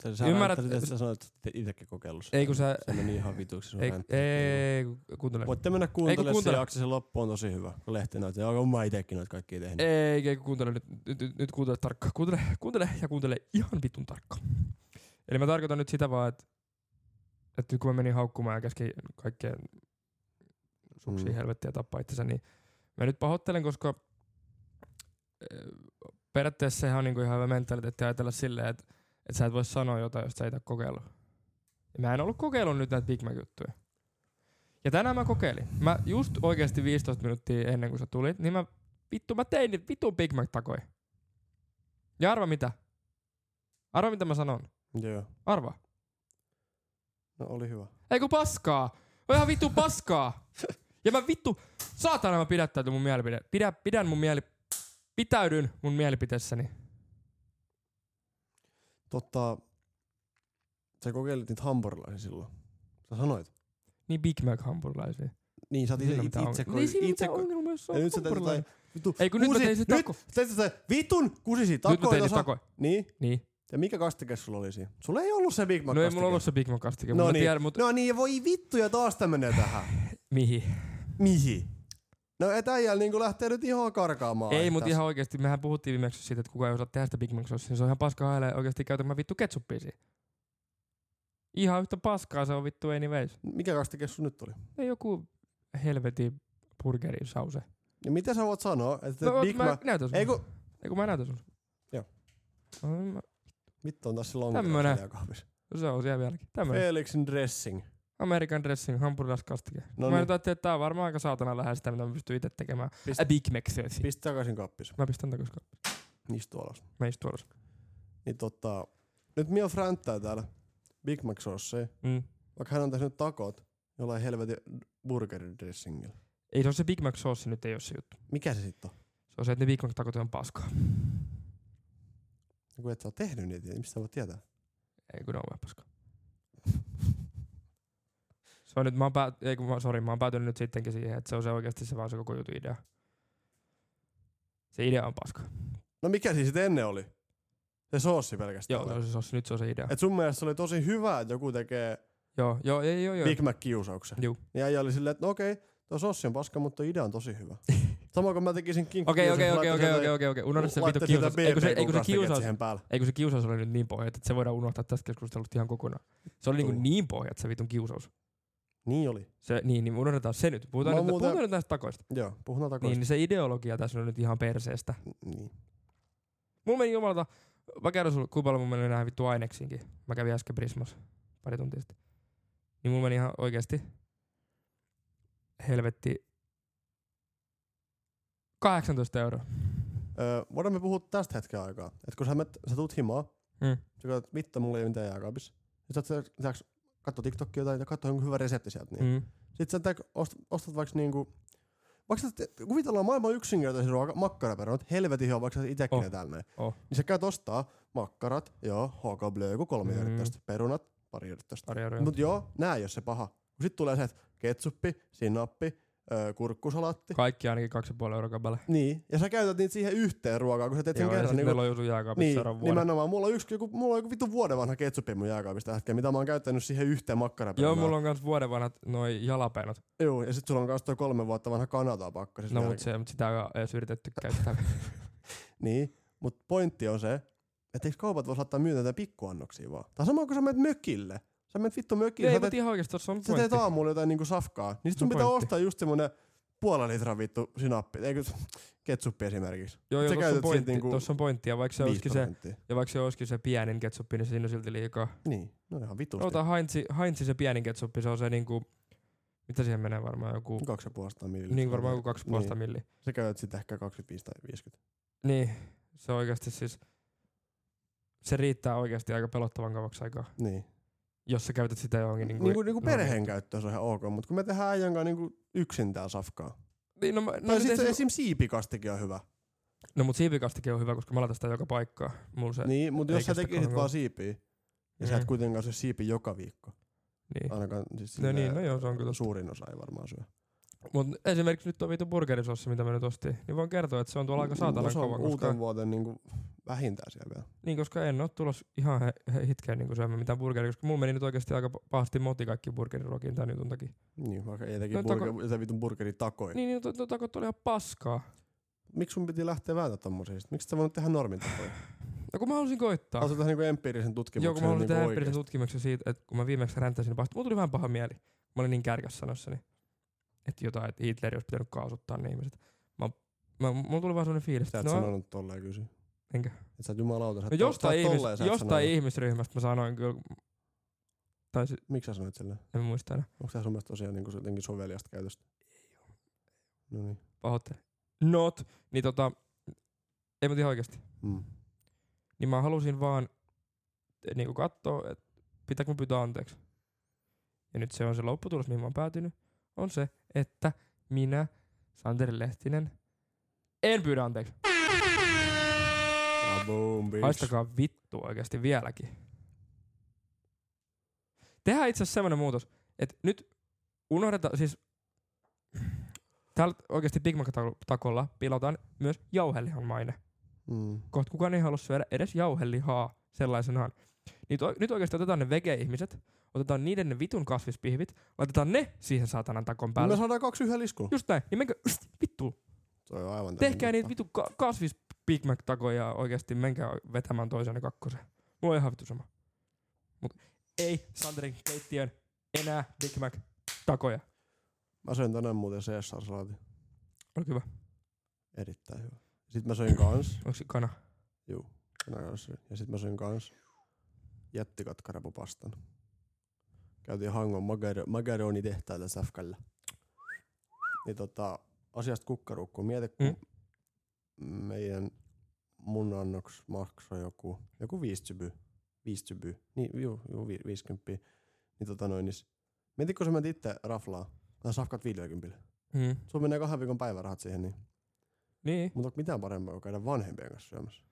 Sä, sä
Ymmärrät-
Ymmärrät... Että sä sanoit, että et itsekin kokeillut
ei kun sä...
Se meni ihan vituksi. sun
Ei,
räntti.
ei, kun- kuuntele.
Voitte mennä
Ei, kun
kuuntelemaan se
kuuntele.
jakso, se loppu on tosi hyvä. Kun lehti näyttää, ja on mä itekin noita kaikki tehnyt.
Ei, ei, kun kuuntele nyt, nyt, nyt, nyt kuuntele tarkkaan. Kuuntele, kuuntele ja kuuntele ihan vitun tarkkaan. Eli mä tarkoitan nyt sitä vaan, että, että nyt kun mä menin haukkumaan ja käskin kaikkeen suksia
Mm.
mm. helvettiä tappaa itsensä, niin mä nyt pahoittelen, koska äh, periaatteessa sehän on niinku ihan hyvä mentaliteetti ajatella silleen, että, että sä et voi sanoa jotain, jos sä et ole kokeillut. Ja mä en ollut kokeillut nyt näitä Big Mac-juttuja. Ja tänään mä kokeilin. Mä just oikeasti 15 minuuttia ennen kuin sä tulit, niin mä vittu mä tein niitä vitun Big Mac-takoja. Ja arva mitä? Arva mitä mä sanon.
Joo.
Arva.
No oli hyvä.
Ei kun paskaa. On ihan vittu paskaa. Ja mä vittu, saatana mä pidättäydyn mun mielipide. Pidä, pidän mun mieli, pitäydyn mun mielipiteessäni.
Totta, sä kokeilit niitä hampurilaisia silloin. Sä sanoit.
Niin Big Mac hampurilaisia.
Niin, sä oot
Ei
itse,
siinä mitään
itse,
ongelmia. Ei
itse,
siinä
itse,
mitään ongelmaa, jos se
ja
on
nyt sä teet
hampurilainen.
jotain vittu.
Ei kun nyt mä
kuusi-
tein sit
Nyt
tako.
sä teet jotain vitun kusisi
Nyt mä
takoja.
tein sit tako.
Niin?
Niin.
Ja mikä kastike sulla oli siinä? Sulla ei ollut se Big Mac
No ei
kastike.
mulla ollut se Big Mac kastike,
No
mutta
niin.
niin. tiedän, mutta
No niin, ja voi vittu, ja taas tää menee tähän.
mihin.
Mihin? No et äijällä niinku lähtee nyt ihan karkaamaan.
Ei,
mut
mutta ihan oikeesti, mehän puhuttiin viimeksi siitä, että kukaan ei osaa tehdä sitä Big Mac saucia. Se on ihan paskaa haelee oikeesti käytämään vittu ketsuppia siihen. Ihan yhtä paskaa se on vittu anyways.
Mikä kastike sun nyt oli?
Ei joku helvetin burgerin sause.
Ja Niin mitä sä voit sanoa, että
No,
Big
mä
Mac...
näytän sun.
Ei kun...
Ei kun mä näytän sun.
Joo.
No, mä-
Vittu on taas se lonkero
Tämmönen.
siellä kahvissa.
Se on siellä vieläkin. Tämmönen.
Felixin dressing.
American dressing, hampurilaiskastike.
No
No mä
niin.
nyt ajattelin, että tää on varmaan aika saatana lähellä sitä, mitä mä pystyn itse tekemään.
Pist-
A Big Mac sauce.
Pistä takaisin kappis. Niin,
Mä pistän takas, kun
Istu alas.
mä istun alas.
Niin tota... Nyt Mia fränttää täällä Big Mac sauceja,
Mm.
vaikka hän on tehnyt takot jollain helvetin burgerin dressingillä.
Ei se on se Big Mac sauce nyt ei ole se juttu.
Mikä se sitten on?
Se on se, että ne Big Mac takot on paskaa.
No, Kun et sä oo tehnyt niitä, niin mistä sä voit tietää?
Ei kun ne on vähän paskaa. Se on nyt, mä oon päät... ei kun mä, sorry, mä oon päätynyt nyt sittenkin siihen, että se on se oikeasti se vaan se koko jutun idea. Se idea on paska.
No mikä siis sit ennen oli? Se soossi pelkästään.
Joo, se
vai?
on se sauce, nyt se on se idea.
Et sun mielestä se oli tosi hyvä, että joku tekee
Joo, joo, ei, joo, joo.
Big Mac-kiusauksen.
Juu.
Ja äijä oli silleen, että no okei, tuo sossi on paska, mutta tuo idea on tosi hyvä. Sama kuin mä tekisin kinkku.
Okei, okei, okei, okei, okei, okei, okei. Unohda se vittu kiusaus. Eikö se, eikö se kiusaus,
siihen päälle.
eikö se kiusaus oli nyt niin pohja, että se voidaan unohtaa tästä keskustelusta ihan kokonaan. Se oli
Tuu.
niin, niin pohja, että se vitun kiusaus.
Niin oli.
Se, niin, niin unohdetaan se nyt. Puhutaan,
Mä
nyt,
muuten-
puhutaan nyt näistä takoista.
Joo,
Niin,
puhutaan takaisin.
niin se ideologia tässä on nyt ihan perseestä.
Niin. niin.
Mulla meni jumalata, mä kerron sulle, kuinka paljon mulla meni näihin vittu aineksiinkin. Mä kävin äsken Prismas pari tuntia sitten. Niin mulla meni ihan oikeesti helvetti 18 euroa.
Öö, voidaan me puhua tästä hetken aikaa. Et kun sä, met, sä tuut himaa,
Mm.
sä katsot, vittu, mulla ei ole mitään jääkaapissa. Sitten sä lisäksi katso TikTokia tai katso jonkun hyvän resepti sieltä. Niin.
Mm.
Sitten sä tek, ost, ostat vaikka niinku... Vaikka sä, te- kuvitellaan maailman yksinkertaisin ruoka, makkaraperunat, helvetin hyvä, vaikka sä itekin
Oh.
ne täällä näin.
Oh.
Niin sä käyt ostaa makkarat, joo, HK Blöku, kolme
Mm.
mm. yrittästä, perunat, pari yrittästä.
Pari euroa.
Mut joo, nää ei oo se paha. Sitten tulee se, että ketsuppi, sinappi, öö, kurkkusalaatti.
Kaikki ainakin 2,5 euroa kappale.
niin, ja sä käytät niitä siihen yhteen ruokaan, kun sä teet sen
ja
kerran.
sitten
Niin,
meillä
kuin,
on joutu jääkaapissa
niin,
seuraavan vuoden.
nimenomaan. Mulla on yksi, joku, mulla on joku vittu vuoden vanha ketsuppi mun jääkaapista hetkellä, mitä mä oon käyttänyt siihen yhteen
Joo,
makkaraperunaan.
mulla on kans vuoden vanhat noi jalapenot.
Joo, ja sit sulla on kans toi kolme vuotta vanha Kanada-pakka. Siis
No
vielä-
mut, se, mut sitä ei oo edes yritetty käyttää.
Niin, mutta pointti on se, että eikö kaupat voisi laittaa myyntä näitä pikkuannoksia vaan? Tai sama kuin sä menet mökille. Sä menet vittu mökille,
ei,
sä,
mut
teet,
ihan oikeesti tossa on
sä teet
pointti.
aamulla jotain niinku safkaa. Niin sit sun
No
pitää
pointti.
ostaa just semmonen puolen litran vittu sinappi. Eikö ketsuppi esimerkiksi?
Joo, joo, tossa
sä
on
käytät siitä
pointti.
niinku
Tossa on pointti. Ja vaikka se
5
olisikin se,
prosenttia.
ja vaikka se olisikin se pienin ketsuppi, niin siinä on silti liikaa.
Niin, no ihan vitusti.
Ota Heinzi, Heinzi se pienin ketsuppi, se on se niinku, mitä siihen menee varmaan joku,
Kaksi ja puolesta millilitraa.
niin varmaan joku kaksi puolta
Niin.
milliä.
Sä käytät sitä ehkä 25 tai 50.
Niin, se oikeasti siis, se riittää oikeasti aika pelottavan kauaksi aikaa,
Niin.
jos sä käytät sitä johonkin niinku.
Niinku, niinku
no,
perheen käyttöön se on ihan ok, mutta kun me tehdään äijän kanssa niinku yksin tää safkaa.
Niin, no, mä-
No,
no,
no
sit
sit se
esim...
esim. siipikastikin on hyvä.
no mut siipikastikin on hyvä, koska mä laitan sitä joka paikkaa. Mulla se, niin.
Niin, mutta jos
Eikä
sä
sitä
tekisit
kauan-
vaan siipiä, ja sä et
Mm.
kuitenkaan se siipi joka viikko.
niin.
Ainakaan siis
No niin,
silleen
no joo, se on kyllä.
suurin osa ei varmaan syö.
Mut esimerkiksi nyt on vitu burgerisossi, mitä mä nyt ostin, niin voin kertoa, että se on tuolla aika saatanan
se Mm, on
kova, koska,
uuteen vuoteen niin kuin vähintään siellä vielä.
niin, koska en oo tulos ihan he, he, hitkeen niin syömään mitään burgeria, koska mulla meni nyt oikeasti aika pa- pahasti moti kaikki burgeriruokiin tämän jutun takia.
Niin, vaikka ei teki
No,
no,
tako-
burger, jotain vitun burgeritakoja. Niin.
Niin, niin tota to, to oli ihan paskaa.
Miksi sun piti lähteä väätä tommosia? Miksi sä voinut tehdä normitakoja?
No kun mä halusin koittaa.
Haluatko tehdä niinku empiirisen tutkimuksen?
Joo, kun mä halusin
niinku
tehdä
oikeesti?
empiirisen tutkimuksen siitä, että kun mä viimeksi räntäsin vasta, mulla tuli vähän paha mieli. Mä olin niin kärkäs sanossani, että jotain, että Hitler olisi pitänyt kaasuttaa ne ihmiset. Mä, mä, mulla tuli vaan sellainen fiilis, että
Sä et
no,
no. sanonut tolleen kysy.
enkä.
Et sä oot jumalauta, sä et
No
to- sä
jostain,
oot
ihmis,
tolleen, sä et
jostain
sanonut.
ihmisryhmästä mä sanoin kyllä, tai se,
Miksi sä sanoit silleen?
en mä muista enää,
Onko tää sun mielestä tosiaan niinku jotenkin soveliasta käytöstä? Ei No niin.
pahoittelen. Not, niin tota, ei mä tiedä oikeesti.
Mm.
Niin mä halusin vaan eh, niinku katsoa, että pitääkö mun pyytää anteeksi. Ja nyt se on se lopputulos, mihin mä oon päätynyt, on se, että minä, Santeri Lehtinen, en pyydä anteeksi.
Ah, boom, bitch.
Haistakaa vittu oikeasti vieläkin. Tehdään itse asiassa semmoinen muutos, että nyt unohdetaan, siis täällä oikeasti Big Mac-takolla pilataan myös jauhelihan maine.
Mm.
Kohta kukaan ei halua syödä edes jauhelihaa sellaisenaan. Nyt, o- nyt oikeasti otetaan ne vege-ihmiset, otetaan niiden ne vitun kasvispihvit, laitetaan ne siihen saatanan takon päälle.
No Me saadaan kaksi yhden liskulla.
Just näin, niin menkää, yst, vittu,
Se on aivan täysin
tehkää niitä
totta.
vitun ka- kasvis Big Mac-takoja oikeasti, menkää vetämään toisenne kakkosen. Mulla on ihan vittu sama. Mut ei Sanderin keittiön enää Big Mac-takoja.
Mä söin tänään muuten Caesar-salaatin.
Oli hyvä.
Erittäin hyvä. Sitten mä söin kans.
Onko se kana?
Juu. tänään kanssa söin. Ja sitten mä söin kans jättikatkarepopastan. Käytiin Hangon magaro- magaroni-tehtailla Säfkällä. Niin tota, asiasta kukkarukku. Mieti, kun meidän mun annoks maksoi joku, joku viisi tyby. Viisi tyby. Niin, juu, juu, vi, viisikymppiä. Niin tota noin, niin s- mieti, kun sä menet itse raflaa. Tai safkat 50.
Mm.
Sulla menee kahden viikon päivärahat siihen, niin
Niin,
Mutta onko mitään parempaa kuin käydä vanhempien kanssa syömässä?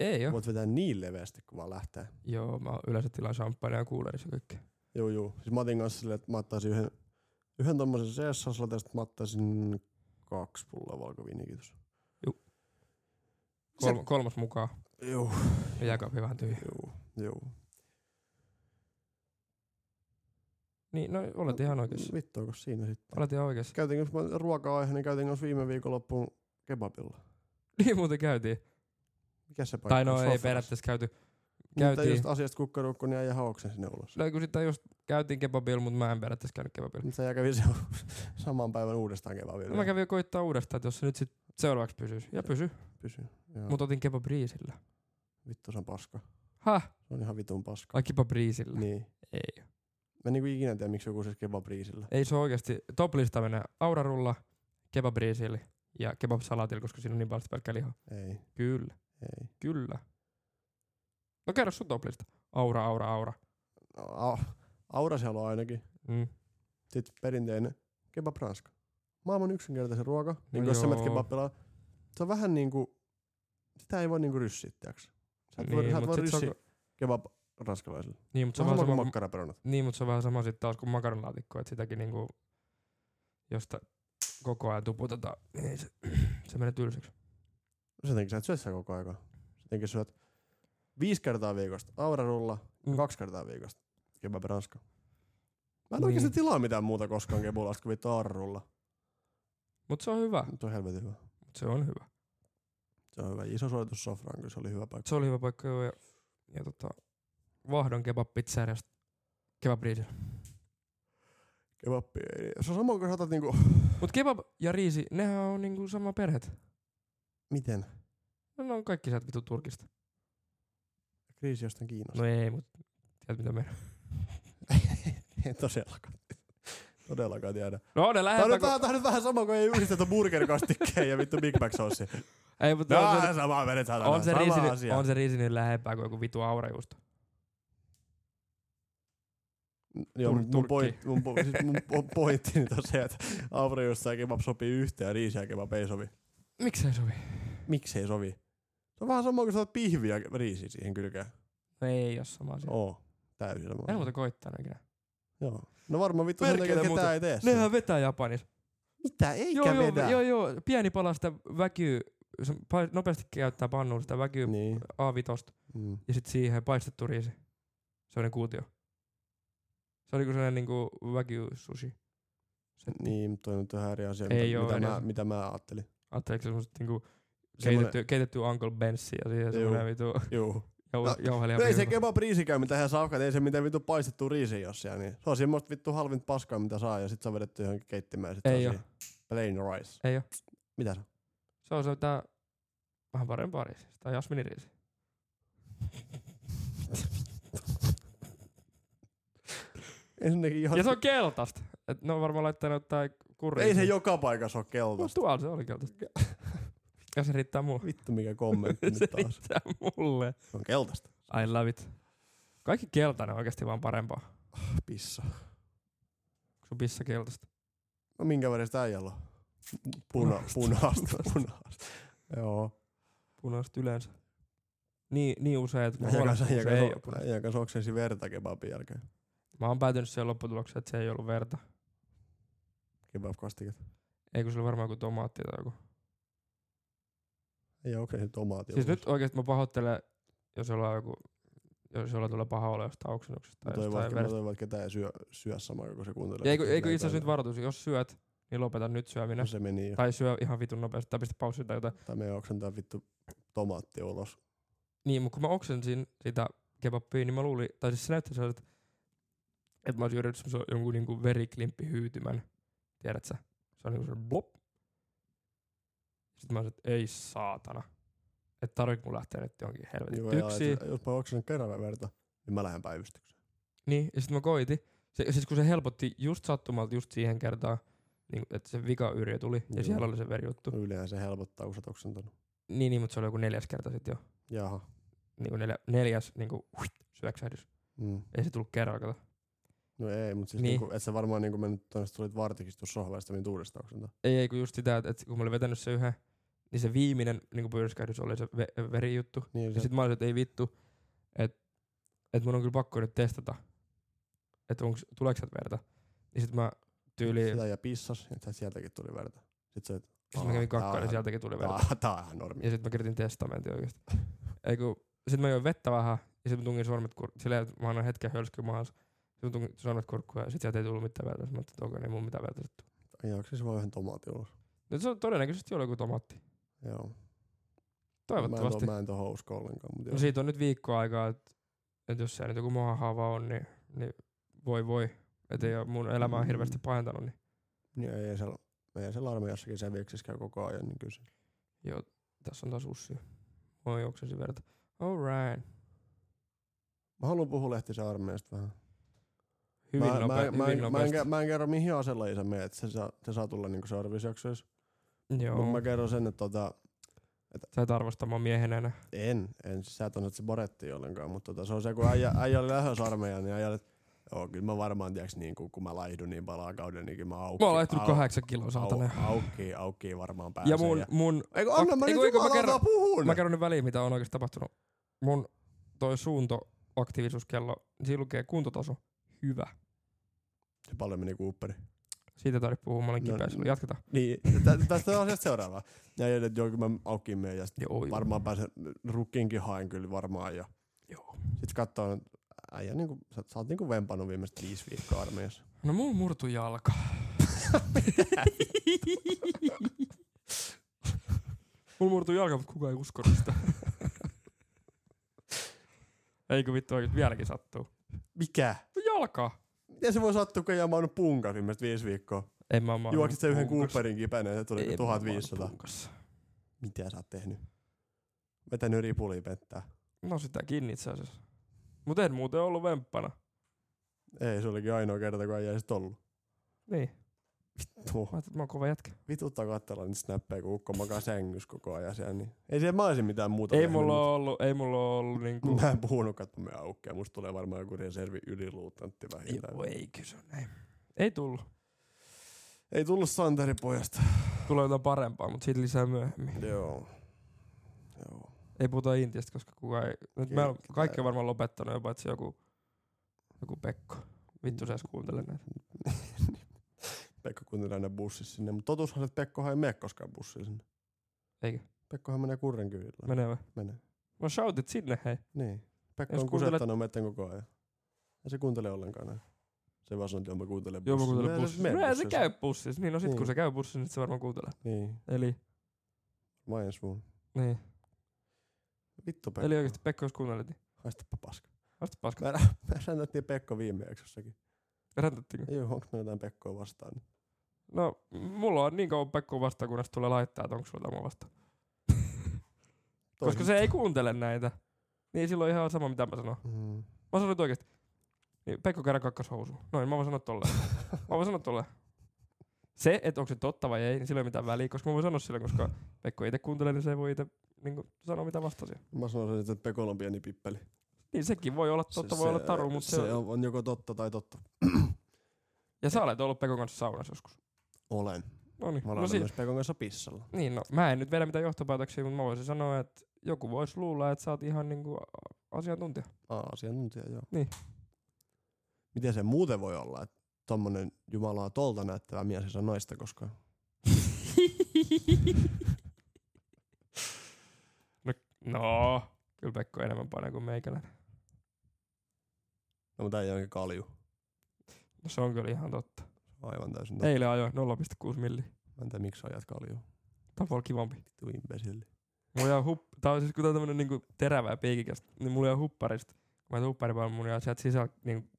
ei
Joo.
oo.
Voit vetää niin leveästi, kun vaan lähtee.
Joo, mä yleensä tilaan champagnea ja kuulerissa kaikkea.
Joo, joo. Siis mä otin kanssa silleen, että mä ottaisin yhden, yhden tommosen CS-salata, ja sit mä ottaisin kaksi pulloa valkoviiniä, kiitos.
Kolm- kolmas mukaan.
Joo,
Ja jääkaappi vähän tyhjä.
joo, joo.
Niin, no olet ihan oikeassa.
Vittu, onko siinä sitten?
Olet ihan oikeassa.
Käytiin kanssa mä ruoka-aihe, niin käytiin kanssa viime viikonloppuun kebabilla.
Niin muuten käytiin.
Mikä se paikka?
Tai no
on?
ei
Sofras.
periaatteessa käyty.
Mutta
käytiin.
just asiasta kukkarukku, niin jäi hauksen sinne ulos.
No kun sitä just käytiin kebabilla, mutta mä en periaatteessa käynyt kebabilla.
Mutta sä kävi se saman päivän uudestaan kebabilla.
No mä kävin jo koittaa uudestaan, että jos se nyt sit seuraavaksi pysyisi. Ja pysy.
Pysy. Joo.
Mut otin kebabriisillä.
Vittu, se on paska.
Häh?
Se on ihan vitun paska.
Ai kebabriisillä.
Niin.
Ei.
Mä en niinku ikinä tiedä, miksi joku siis kebabriisillä.
Ei se oo oikeesti. Toplista menee aurarulla, kebabriisillä ja kebabsalatilla, koska siinä on niin paljon sitä pelkkää lihaa.
Ei,
Kyllä.
ei.
Kyllä. No kerro sun toplista. Aura, aura, aura.
No, au, aura siellä on ainakin.
Mm.
Sitten perinteinen kebab ranska. Maailman yksinkertaisen ruoka.
No
Niin no jos sä menet
joo.
kebabbilaan, se on vähän niinku, sitä ei voi niinku ryssiä, tiiäks. Sä et voi,
Niin,
sä et
mut
voi
sit se on-
ryssiä No, kebab ranskalaisille.
Niin, mutta
Se
se
on
on vähän
sama kuin
sama,
makkaraperunat.
Niin, mutta se on vähän sama sitten taas kuin makaronilaatikko, että sitäkin niinku, josta koko ajan tuputetaan, niin se, se menee tylsäksi.
No Jotenkin sä et syö sitä koko aika. Jotenkin syöt viisi kertaa viikosta aurarulla ja
Mm.
kaksi kertaa viikosta kebab ranska. Mä en
Niin.
oikeesti tilaa mitään muuta koskaan kebulasta kuin vittu aurarulla.
Mutta se on hyvä.
Nyt on helvetin hyvä.
Mut se on hyvä.
Se on hyvä. Iso suoritus Sofraan, kyllä se oli hyvä paikka.
Se oli hyvä paikka joo, ja, ja tota, Vahdon kebab pizzeriasta kebab riisillä.
Kebappi ei. Se on sama kuin saatat niinku...
Mut kebab ja riisi, nehän on niinku sama perhet.
Miten?
No ne on kaikki sieltä vitu Turkista.
Kriisi jostain Kiinasta.
No ei, mut tiedät mitä meidän.
ei todellakaan. Todellakaan tiedä.
No ne
Tää on,
lähetään.
nyt
Kun...
vähän, tää on nyt vähän sama kuin ei yhdistetty burgerikastikkeen ja vittu Big Mac sossi.
Ei, mut
No,
on se-
on sama vedet saatana.
on se,
sama
riisi, nyt-
asia.
on se riisi nyt lähempää kuin joku vitu aurajuusto.
Joo,
Tur-
mun,
Turkki.
point, mun, po, siis mun po- pointti nyt on se, että aurajuussa ja kebab sopii yhteen ja riisi ja kebab ei sovi.
Miksei sovi?
Miksei sovi? Se on vähän sama kuin saat pihviä ja riisiä siihen kylkeen.
No ei oo sama asia.
Oo, täysin sama.
En
asia.
muuten koittaa ikinä.
Joo. No varmaan vittu sen
Perkele
takia, että
muuten.
ketään ei tee sitä.
Nehän vetää Japanissa.
Mitä? Eikä
joo, joo,
vedä.
joo, joo, pieni pala sitä väkyy, se pa- nopeasti käyttää pannuun sitä väkyy niin.
Niin.
A5
Mm.
ja sitten siihen paistettu riisi. Sellainen kuutio. Se oli kuin sellainen niinku väkyy sushi. Setti.
Niin, mutta toi nyt on ihan eri asia,
Ei
mitä,
oo
mitä,
eri
mä,
asia.
mitä mä ajattelin.
Ajatteliko se semmoset niinku
Semmoinen-
keitetty, keitetty Uncle Bensi ja siihen
Juu.
semmoinen vitu
Juu.
jau,
No,
jauhelija.
No ei se
piirto.
kebab riisi käy, mitä hän saa, ei se mitään vittu paistettu riisi jos siellä, niin. Se on semmoista vittu halvinta paskaa, mitä saa, ja sit se on vedetty johonkin keittimään, ja sit
Ei
se
oo.
on siinä. plain rice.
Ei oo.
Mitä se on?
Se on se tää vähän parempaa riisi. Tai jasminiriisi.
Ensinnäkin ihan...
Ja se on keltaista. Et ne on varmaan laittanut jotain kurria.
Ei se
siihen.
joka paikassa ole
No
keltaista.
tuolla se oli keltaista. Ja se riittää mulle.
Vittu mikä kommentti
se
nyt taas.
riittää mulle.
Se on keltaista.
I love it. Kaikki keltainen on oikeasti vaan parempaa.
Pissa.
Kun sun pissa keltaista.
No minkä väristä äijällä on? Puna, punaista. punaista. Joo.
punaiset yleensä. Niin, niin usein, että
Jakas,
huonosti
jakas,
usein ei ole
jakas,
punaista.
jakas oksensi verta kebabin jälkeen.
Mä oon päätynyt siihen lopputulokseen, että se ei ollut verta.
Kebab-kastiket.
Ei kun se oli varmaan joku tomaatti tai joku.
Ei oksensi tomaatia.
Siis nyt oikeesti mä pahoittelen, jos jollain joku jos jollain tulee paha olo jostain oksennuksesta tai
toivon,
jostain
että, mä
verestä.
toivon, että ketään ei syö, syö samaa, kun se kuuntelee.
Eikö,
tätä
eikö
näin
itse asiassa nyt
päivänä.
varoitus, jos syöt, niin lopeta nyt syöminen.
No Se meni jo.
Tai syö ihan vitun nopeasti tai pistä paussi tai jotain.
Tai me oksentaa vittu tomaatti ulos.
Niin, mutta kun mä oksensin sitä kebabia, niin mä luulin, tai siis se näytti sellaiset, että mä olisin yrittänyt semmoisen jonkun niinku veriklimppi hyytymän. Tiedät sä? Se on niinku semmoinen blop. Sitten mä olisin, että ei saatana. Että tarvitse mun lähteä nyt jonkin helvetin
Joo,
Joo,
ja
tyksiin.
et- jos mä oksennan kerran verta, niin mä lähden päivystykseen.
Niin, ja sitten mä koitin. Se, siis kun se helpotti just sattumalta just siihen kertaan, niin, että se vika yriö tuli ja
Joo.
siellä oli se verijuttu.
No Yleensä se helpottaa, kun sä oot oksentanut.
Niin, niin, mutta se oli joku neljäs kerta sitten jo.
Jaha.
Niin kuin neljä, neljäs niin kuin, syöksähdys.
Mm.
Ei se tullut kerran, kato.
No ei, mutta siis
Niin.
niin. niinku, et sä varmaan niinku mennyt tuonne, tulit vartikistus sohvaista, niin uudestaan oksentaa.
Ei, ei kun just sitä, että, että kun mä olin vetänyt se yhden, niin se viimeinen niin pyörskähdys oli se ve- verijuttu.
Niin,
Ja
se,
sit mä olin, että ei vittu, että et mun on kyllä pakko nyt testata, että onks, tuleeko sieltä verta. Niin sit mä tyyliin,
sitä ja pissas, ja sit sieltäkin tuli verta. Sit se, et,
sit mä kävin
"Aa, tää on
kakkaan ja
ihan-
sieltäkin tuli verta.
Tää, tää on ihan normi.
Ja sit mä kirjoitin testamentin oikeesti. Eiku, sit mä join vettä vähän, ja sit mä tungin sormet kurkkuun. Silleen, että mä annan hetken hölskyä maassa. Sit mä tungin sormet kurkkuun, ja sit sieltä ei tullut mitään verta. Sit mä ajattelin, että okei, ei mulla mitään verta sit tuu.
Ja onko siis vaan yhden tomaatin ulos?
Nyt se on todennäköisesti jollain joku tomaatti.
Joo.
Toivottavasti.
Mä en, to, mä en tohon usko ollenkaan, mutta
No
joo.
siitä on nyt viikko aikaa, että et jos siellä nyt joku mohahaava on, niin, niin voi voi. Että ei ole mun elämää
Mm.
hirveästi pahentanut. Niin.
Niin ei siellä, ei siellä armeijassakin se veksis käy koko ajan, niin kyllä se.
Joo, tässä on taas ussi. Voi oksesi verta. Alright.
Mä haluan puhua lehtisen armeijasta vähän.
Hyvin,
mä,
nopea,
mä, en-
hyvin
mä, en- mä, en,
nopeasti.
kä- mä en kerro mihin aselajiin sä meet, se saa, se saa tulla niinku seuraavissa jaksoissa.
Joo,
Mutta mä kerron sen, että tota,
sä et arvostamaan miehenä enää.
en, en, siis sä et anna se baretti ollenkaan, mutta tota, se on se, kun äijä, äijä oli lähes armeijaan, niin äijä oli, että joo, kyllä mä varmaan, tiiäks, niin kun, kun mä laihdun niin palaa kauden, niin kyllä mä aukki.
Mä oon laittanut kahdeksan kiloa, saatana.
Aukki, aukki varmaan pääsee.
Ja mun, mun
Eikö anna mä
Ak-
nyt
eiku, eiku, mä
jumalauta
kerron-
puhun?
Mä kerron nyt väliin, mitä on oikeasti tapahtunut. Mun toi suuntoaktiivisuuskello, niin siinä lukee kuntotaso hyvä.
Se paljon meni kuupperi.
Siitä ei tarvitse puhua, mä olen
No,
kipeä silloin. Jatketaan.
Niin, tä, tästä on asiasta seuraava. Ja joo, että joo, kyllä mä aukkiin menen ja sit
Joo, joo.
varmaan pääsen, rukkiinkin haen kyllä varmaan. Ja
Joo.
sit katsoo, että äijä, niin kuin, sä, sä oot niin kuin vempannut viimeiset viisi viikkoa armeijassa.
No mulla murtu jalka. mulla murtu jalka, mutta kukaan ei uskonut sitä. Eikö vittu oikeesti vieläkin sattuu?
Mikä?
No jalka!
Miten se voi sattua, kun ei ole maannut punkas viimeiset viisi viikkoa?
En mä maa.
Juoksit sen yhden kuupperin kipeänä ja se tuli joku 1500. Mitä sä oot tehnyt? Vetänyt ripulia pettää.
No sitäkin itse asiassa. Mut en muuten ollut vemppana.
Ei, se olikin ainoa kerta, kun äijä sit ollut.
Niin.
Tuo.
Mä ajattelin, että mä oon kova jätkä.
Vituttaa katsella niitä snappeja, kun ukko makaa sängyssä koko ajan siellä. Niin. Ei siellä mä olisin mitään muuta
Ei
tehnyt,
mulla
mut-
oo ollut, ei mulla oo ollut niinku...
Mä en puhunutkaan, että me aukkeja. Musta tulee varmaan joku reservi yliluutantti vähintään.
Joo, ei kysy näin. Ei tullut.
Ei tullut Santeri pojasta.
Tulee jotain parempaa, mutta siitä lisää myöhemmin.
Joo. Joo.
Ei puhuta Intiasta, koska kukaan ei... Nyt
Kyllä,
mä oon-
kyllä.
kaikki on varmaan lopettanut jo, paitsi joku, joku Pekko. Vittu sä edes kuuntele näitä.
Pekka kuuntelee aina bussissa sinne, mutta totuushan se, että Pekkohan ei mene koskaan bussilla sinne.
Eikö?
Pekkohan menee kurren kyydillä.
Menee vai?
menee.
No shoutit sinne hei.
Niin. Pekka
Jos
on
kuuntelet-
kusettanut metten koko ajan. Ja se kuuntelee ollenkaan näin. Se vaan sanoo, että joo, mä kuuntelen
Joo, mä
bussissa.
kuuntelen
No ei se
bussissa.
mene
No ei se
bussissa.
käy bussissa. Niin, no sit kun
Niin.
se käy bussissa, niin sit se varmaan kuuntelee.
Niin,
Eli,
mä ensi vuonna.
niin.
Vittu Pekko.
Eli oikeesti Pekko, jos kuuntelet, niin
Haistapa paska.
haista paska.
Mä, mä räntättiin Pekko viime jaksossakin.
Räntättikö?
Ei oo, onks meillä jotain Pekkoa vastaan?
No, mulla on niin kauan Pekkoa vastaan, kunnes tulee laittaa, että onko sulla tämä vastaan. Koska se ei kuuntele näitä. Niin silloin ihan sama mitä mä sanon.
Mm.
Mä sanon nyt oikeesti. Niin, Pekko kerran kakkoshousu. Noin, mä voin sanoa tolleen. mä voin sanoa tolleen. Se, että onko se totta vai ei, niin sillä ei ole mitään väliä, koska mä voin sanoa sille, koska Pekko itse kuuntelee, niin se ei voi itse niin sanoa mitä vastasi.
Mä sanoisin, että Pekolla on pieni pippeli.
Niin sekin voi olla totta,
Se-
voi
se-
olla taru, mutta se,
se on, on joko totta tai totta.
Ja sä olet ollut Pekon kanssa saunassa joskus.
Olen.
No niin,
Mä
no siis-
olen
si-
myös Pekon kanssa pissalla.
niin no, mä en nyt vedä mitään johtopäätöksiä, mutta mä voisin sanoa, että joku voisi luulla, että sä oot ihan niinku asiantuntija.
Aa, asiantuntija, joo.
Niin.
Miten se muuten voi olla, että tommonen jumalaa tolta näyttävä mies ei saa naista koskaan?
no, no, kyllä Pekko enemmän panee kuin meikäläinen.
No mutta ei ole kalju.
No, se on kyllä ihan totta.
Aivan täysin.
No. Eilen ajoin 0,6 milli.
Mä en tiedä, miksi ajat kalju.
Tämä on kivampi.
Vittu imbesilli.
Mulla jää hup... Tää on siis kun tää on tämmönen niinku terävä ja piikikäs, niin mulla jää hupparista. Kun mä tuun hupparipäivän, mun jää sieltä sisällä niinku,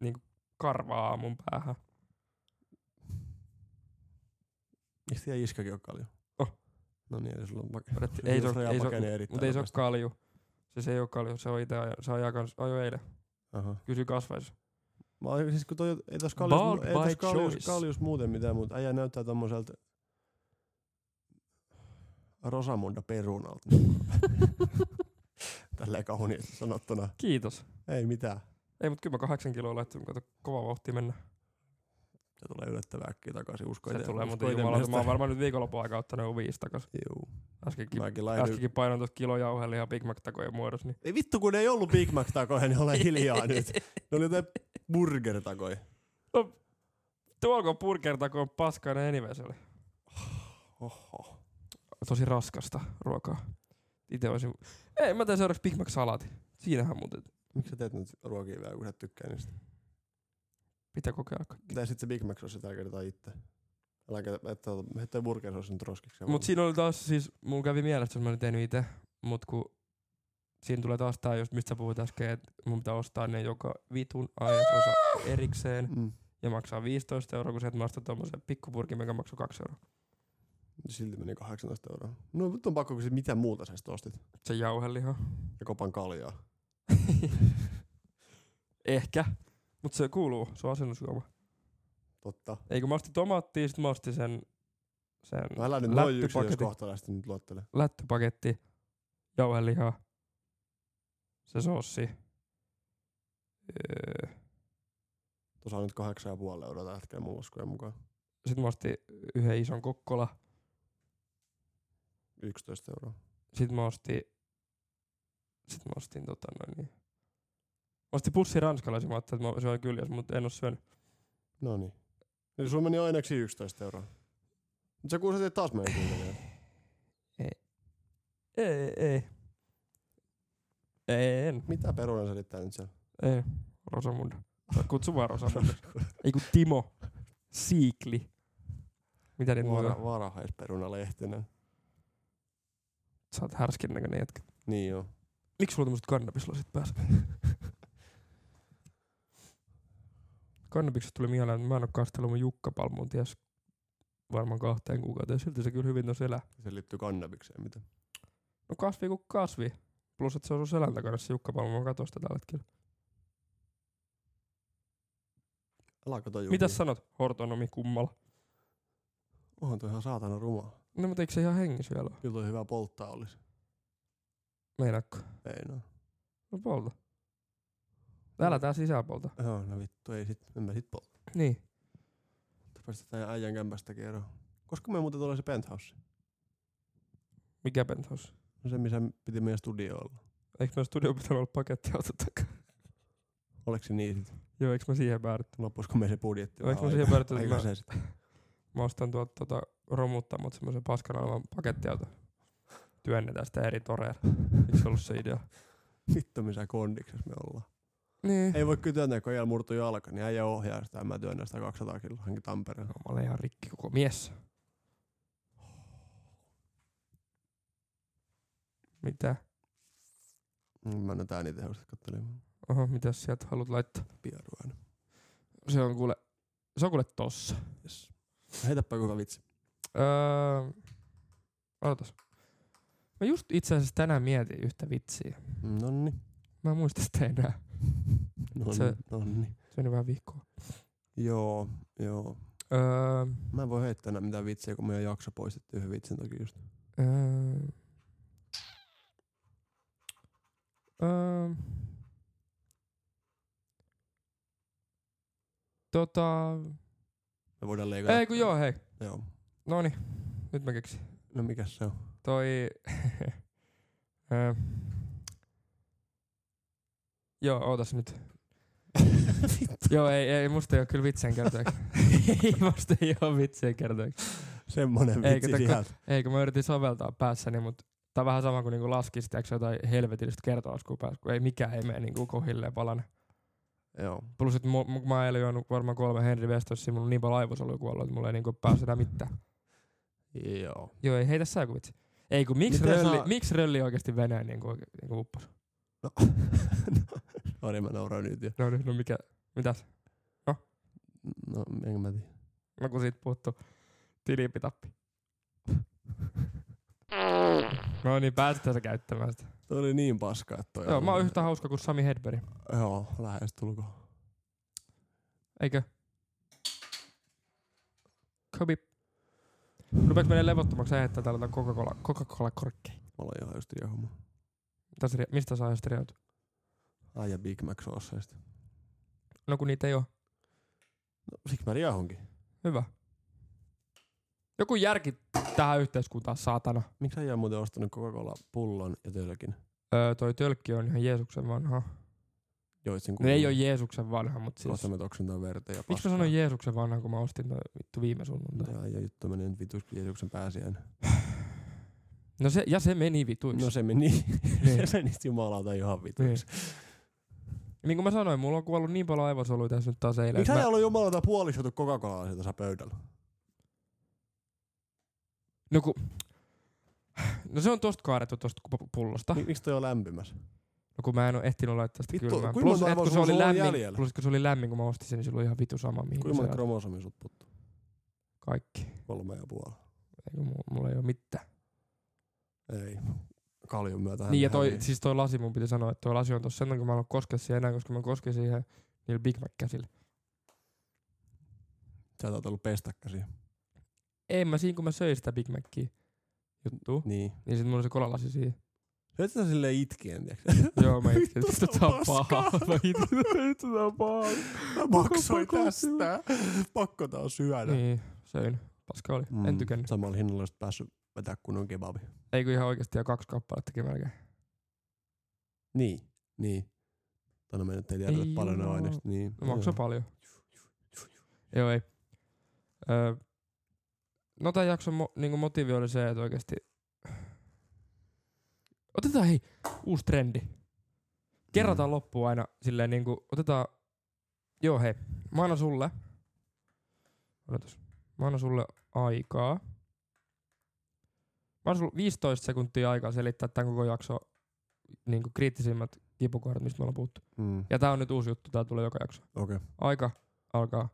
niinku karvaa mun päähän.
Eikö tiedä iskäkin ole kalju?
Oh.
No niin, eli sulla on pak-
Odotti, ei se
sulla
oo, ei
on
se oo,
pakene erittäin
mut ei se oo
nopeasti.
kalju. Siis ei oo kalju, se on ite ajo, se ajaa kans, ajo eilen.
Aha.
Kysy kasvaisi.
Mä olin siis kun toi, ei tos kaljus,
Bald
mu- ei tos
by
kaljus,
choice.
kaljus muuten mitään, mutta äijä näyttää tommoselta Rosamunda perunalta. Tälleen kauniisti sanottuna.
Kiitos.
Ei mitään.
Ei mut kyllä mä kahdeksan kiloa laittanut, kato kova vauhti mennä.
Se tulee yllättävää äkkiä takaisin. Usko
Se
ite-
tulee
usko
muuten
ite
jumalauta. Mä oon
miestä.
varmaan nyt viikonlopun aikaa ottanut jo viisi takas.
Juu.
Äskenkin,
Mäkin laitoin.
äskenkin painoin tuossa kilo jauhelia ja Big Mac takojen muodossa. Niin
Ei vittu kun ei ollut Big Mac takoja, niin ole hiljaa nyt. Ne oli jotain burger takoja.
tuolko burger takoon paskainen anyways oli.
Oho.
tosi raskasta ruokaa. Itse olisin... Ei, mä teen seuraavaksi Big Mac salaatin. Siinähän muuten
Miksi sä teet nyt ruokia vielä, kun sä et tykkää niistä?
pitää kokeilla. kaikki.
Tai sit se Big Mac soosi tällä kertaa itse. Älä käytä, että heittää burger soosi nyt roskiksi.
Mut siinä oli taas siis, mulla kävi mielessä, jos mä olin tehnyt itse, mut kun siinä tulee taas tää, just mistä sä puhuit äsken, että mun pitää ostaa ne joka vitun ainesosa erikseen
Mm.
ja maksaa 15 euroa, kun se, että mä ostan tommosen pikkupurkin, mikä maksoi 2 euroa.
Silti meni 18 euroa. No nyt on pakko kysyä, mitä muuta sä sit ostit?
Se jauheliha.
Ja kopan kaljaa.
Ehkä. Mut se kuuluu, se on asennusjuoma.
Totta.
Ei kun mä ostin tomaattia, sit mä ostin sen, sen
No älä nyt noin
Lättypaketit.
yksityiskohtalaisesti nyt luottele.
lättypaketti, jauhelihaa, se sossi. Öö,
Tuossa on nyt 8,5 euroa tällä hetkellä mun laskujen mukaan.
Sitten mä ostin yhden ison kokkola.
11 euroa.
Sitten mä ostin... Sitten mä ostin tota noin niin. Mä ostin pussi ranskalaisia. Mä ajattelin, että mä syön kyllä, jos mutta en oo syönyt.
No niin. Eli sulla meni aineeksi 11 euroa. Mut sä kuusit, että taas meidän kuuntelijoita.
Ei, ei, ei. Ei, en.
Mitä perunan selittää nyt siellä?
Ei. Rosamunda. Sä kutsu vaan Rosamunda. ei kun Timo. Siikli. Mitä niitä muuta?
Vara, varahaisperuna lehtinen.
Sä oot härskin näköinen jätkä.
Niin joo.
Miksi sulla on tämmöset kannabislasit päässä? Kannabiksesta tuli mieleen, että mä en oo kastellut mun Jukka Palmun ties varmaan kahteen kuukauteen. Silti se kyllä hyvin tuossa elää.
Se liittyy kannabikseen, mitä?
No kasvi kuin kasvi. Plus, että se on sun selän takana se Jukka Palmu. Mä katon sitä tällä hetkellä.
Älä kato juuri.
Mitäs sanot? Hortonomi kummalla.
Onhan toi ihan saatana rumaa.
No mutta eikö se ihan hengissä vielä ole?
Kyllä toi hyvä polttaa olisi.
Meinaatko?
Ei no.
No polta. Älä tää sisäpolta.
Joo, no vittu, ei sit, en mä sit polta.
Niin.
Päästetään äijän kämpästä eroon. Koska me muuten tulee se penthouse?
Mikä penthouse?
No se, missä piti meidän studio olla.
Eikö meidän studio pitänyt olla pakettiauto takana?
Oliko se niin sit?
Joo, eikö mä siihen päädy?
Loppuisiko me se budjetti?
Joo, eikö
vähän
me siihen
aika-
päädytty, että mä-
aikaiseen sit?
Mä ostan tuolta tota, romuttamot semmoisen paskana olevan pakettiauton. Työnnetään sitä eri toreilla. Eikö se ollut se idea?
Vittu, missä kondiksessa me ollaan.
Niin.
Ei voi kyllä työntää, kun ajalla murtuu jalka, niin äijä ohjaa sitä. ja Mä työnnän sitä 200 kiloa hankin Tampereen.
No, mä olen ihan rikki koko mies. Mitä?
Mm, Mä nyt äänitehosta kattelin
Oho, mitä sieltä haluat laittaa?
pieruään.
Se on kuule, se on kuule tossa.
Yes. Heitäpä joku hyvä vitsi.
Öö, odotas. Mä just itse asiassa tänään mietin yhtä vitsiä.
Nonni.
Mä en muista sitä enää.
Nonni.
Se-
Nonni.
Se on vähän vihkoa.
Joo, joo.
Öö,
Mä en voi heittää enää mitään vitsiä, kun meidän jakso poistettiin yhden vitsin takia just.
Öö. Öö. Tota...
Me voidaan leikata.
Ei kun joo, hei.
Joo.
Noni, nyt mä keksin.
No mikäs se on?
Toi... Öö. Joo, ootas nyt. Joo, ei, ei, musta ei ole kyllä vitsien kertoja. ei, musta ei ole vitsien kertoja.
Semmonen
Eikö
vitsi
te-
sieltä.
Eikö mä yritin soveltaa päässäni, mutta tää on vähän sama kuin niinku laskisi tiiäks, jotain helvetillistä kertolaskua päässä, kun ei mikään ei mene niinku kohilleen palan.
Joo.
Plus, että mu, mu, mä eilen juonut varmaan kolme Henry Westossia, mulla on niin paljon aivosoluja kuollut, että mulla ei niinku pääse enää mitään.
Joo.
Joo, ei heitä sä joku vitsi. Ei kun miksi
Miten
rölli,
saa-
miksi rölli oikeesti venää niinku, oike- niinku uppos?
No, no niin mä nauran nyt jo.
No nyt, no mikä, mitäs?
No enkä mä tiedä.
No kun siitä puuttuu tilipitappi. No niin, päästään se käyttämään sitä.
Toi oli niin paska, että toi
Joo,
oli-
mä oon yhtä hauska kuin Sami Hedberg.
Joo, lähes tulkoon.
Eikö? Kobi. Rupet menee levottomaksi se, että täällä on Coca-Cola, Coca-Cola korkki.
Mä olen ihan just riehuma.
Tässä, ri- mistä saa sitä riautua?
Ai ja Big Mac sosseista.
No kun niitä ei ole.
No, siksi mä riehunkin.
Hyvä. Joku järki tähän yhteiskuntaan, saatana.
Miksi äijä on muuten ostanut Coca-Cola-pullon ja tölkin?
Öö, toi tölkki on ihan Jeesuksen vanha.
Joit sen
No ei ole Jeesuksen vanha, mutta siis...
Kohta me toksentaa verta ja
Miksi mä sanoin Jeesuksen vanha, kun mä ostin toi vittu viime sunnuntai?
Tää äijä juttu menee nyt vitus Jeesuksen pääsiäinen.
No se, ja se meni vituiksi.
No se meni,
Niin.
se meni jumalauta ihan
Niin.
vituiksi.
niin kuin mä sanoin, mulla on kuollut niin paljon aivosoluja tässä nyt taas eilen. että
Miksi hän
mä-
ei ollut jumalauta puolisoitu Coca-Colaa tässä pöydällä?
No, ku... no se on tosta kaadettu tosta ku- pullosta.
Mik- Miksi toi on lämpimässä?
No kun mä en oo ehtinyt laittaa sitä
Niin. Vittu,
kylmään.
kuinka
Plus,
monta
et kun se
aivoa sulla
oli
on
lämmin,
jäljellä?
plus kun se oli lämmin, kun mä ostin sen, niin silloin ihan vitu sama mihin
Kuinka
se
monta
on.
kromosomia sut puttu?
Kaikki.
Kolme ja puoli.
Eiku, mulla, mulla ei oo mitään.
Ei. Kaljun myötä hän
niin ja toi,
hävii.
siis toi lasi mun piti sanoa, että toi lasi on tossa sen takia, kun mä en oo koske siihen enää, koska mä koskin siihen niillä Big Mac käsillä.
Sä et ollut pestäkkäsi.
En mä siinä, kun mä söin sitä Big Macia juttu,
Niin.
niin sit mulla oli se kolalasi siihen.
Syöt sä silleen itkien, tiiäks?
Joo, mä itkin, että
Vittu,
tää on
paskaa.
paha. Mä itkin, että tää on paha.
Mä maksoin
Pakko
tästä. Pakko tää on syödä.
Niin, söin. Paska oli. Mm. En tykännyt.
Samalla hinnalla olisit päässyt vetää kunnon kebabi.
Ei kun ihan oikeesti ja kaksi No, kappalettakin melkein.
Niin. Niin. Tänä me nyt ei tiedetä
Ei
paljon ne
jumalauta.
aineista. Niin.
No maksoi
Joo.
paljon. Joo, ei. Öö, no tämän jakson mo- niinku motiivi oli se, että oikeasti... Otetaan hei, uusi trendi. Kerrotaan
Mm.
loppuun aina silleen niinku, otetaan... Joo hei, mä annan sulle... Odotas. Mä annan sulle aikaa. Mä annan sulle 15 sekuntia aikaa selittää tämän koko jakso niinku kriittisimmät kipukohdat, mistä me ollaan puhuttu.
Mm.
Ja tää on nyt uusi juttu, tää tulee joka jakso.
Okei. Okay.
Aika alkaa.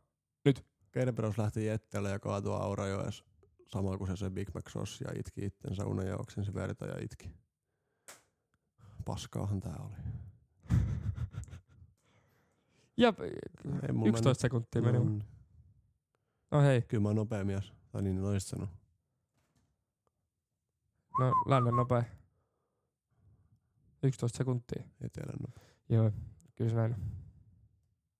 Kerberos lähti jätteelle ja kaatui Aurajoes samalla kun se söi Big Mac sossia ja itki itsensä unen ja oksensi verta ja itki. Paskaahan tää oli.
Jep,
Ei mulla
11 sekuntia meni.
Mm.
No hei,
Kyllä mä oon nopea mies. Tai niin toiset sanoo.
no lännen nopea. 11 sekuntia.
Etelän nopea.
Joo, kyllä se näin. on.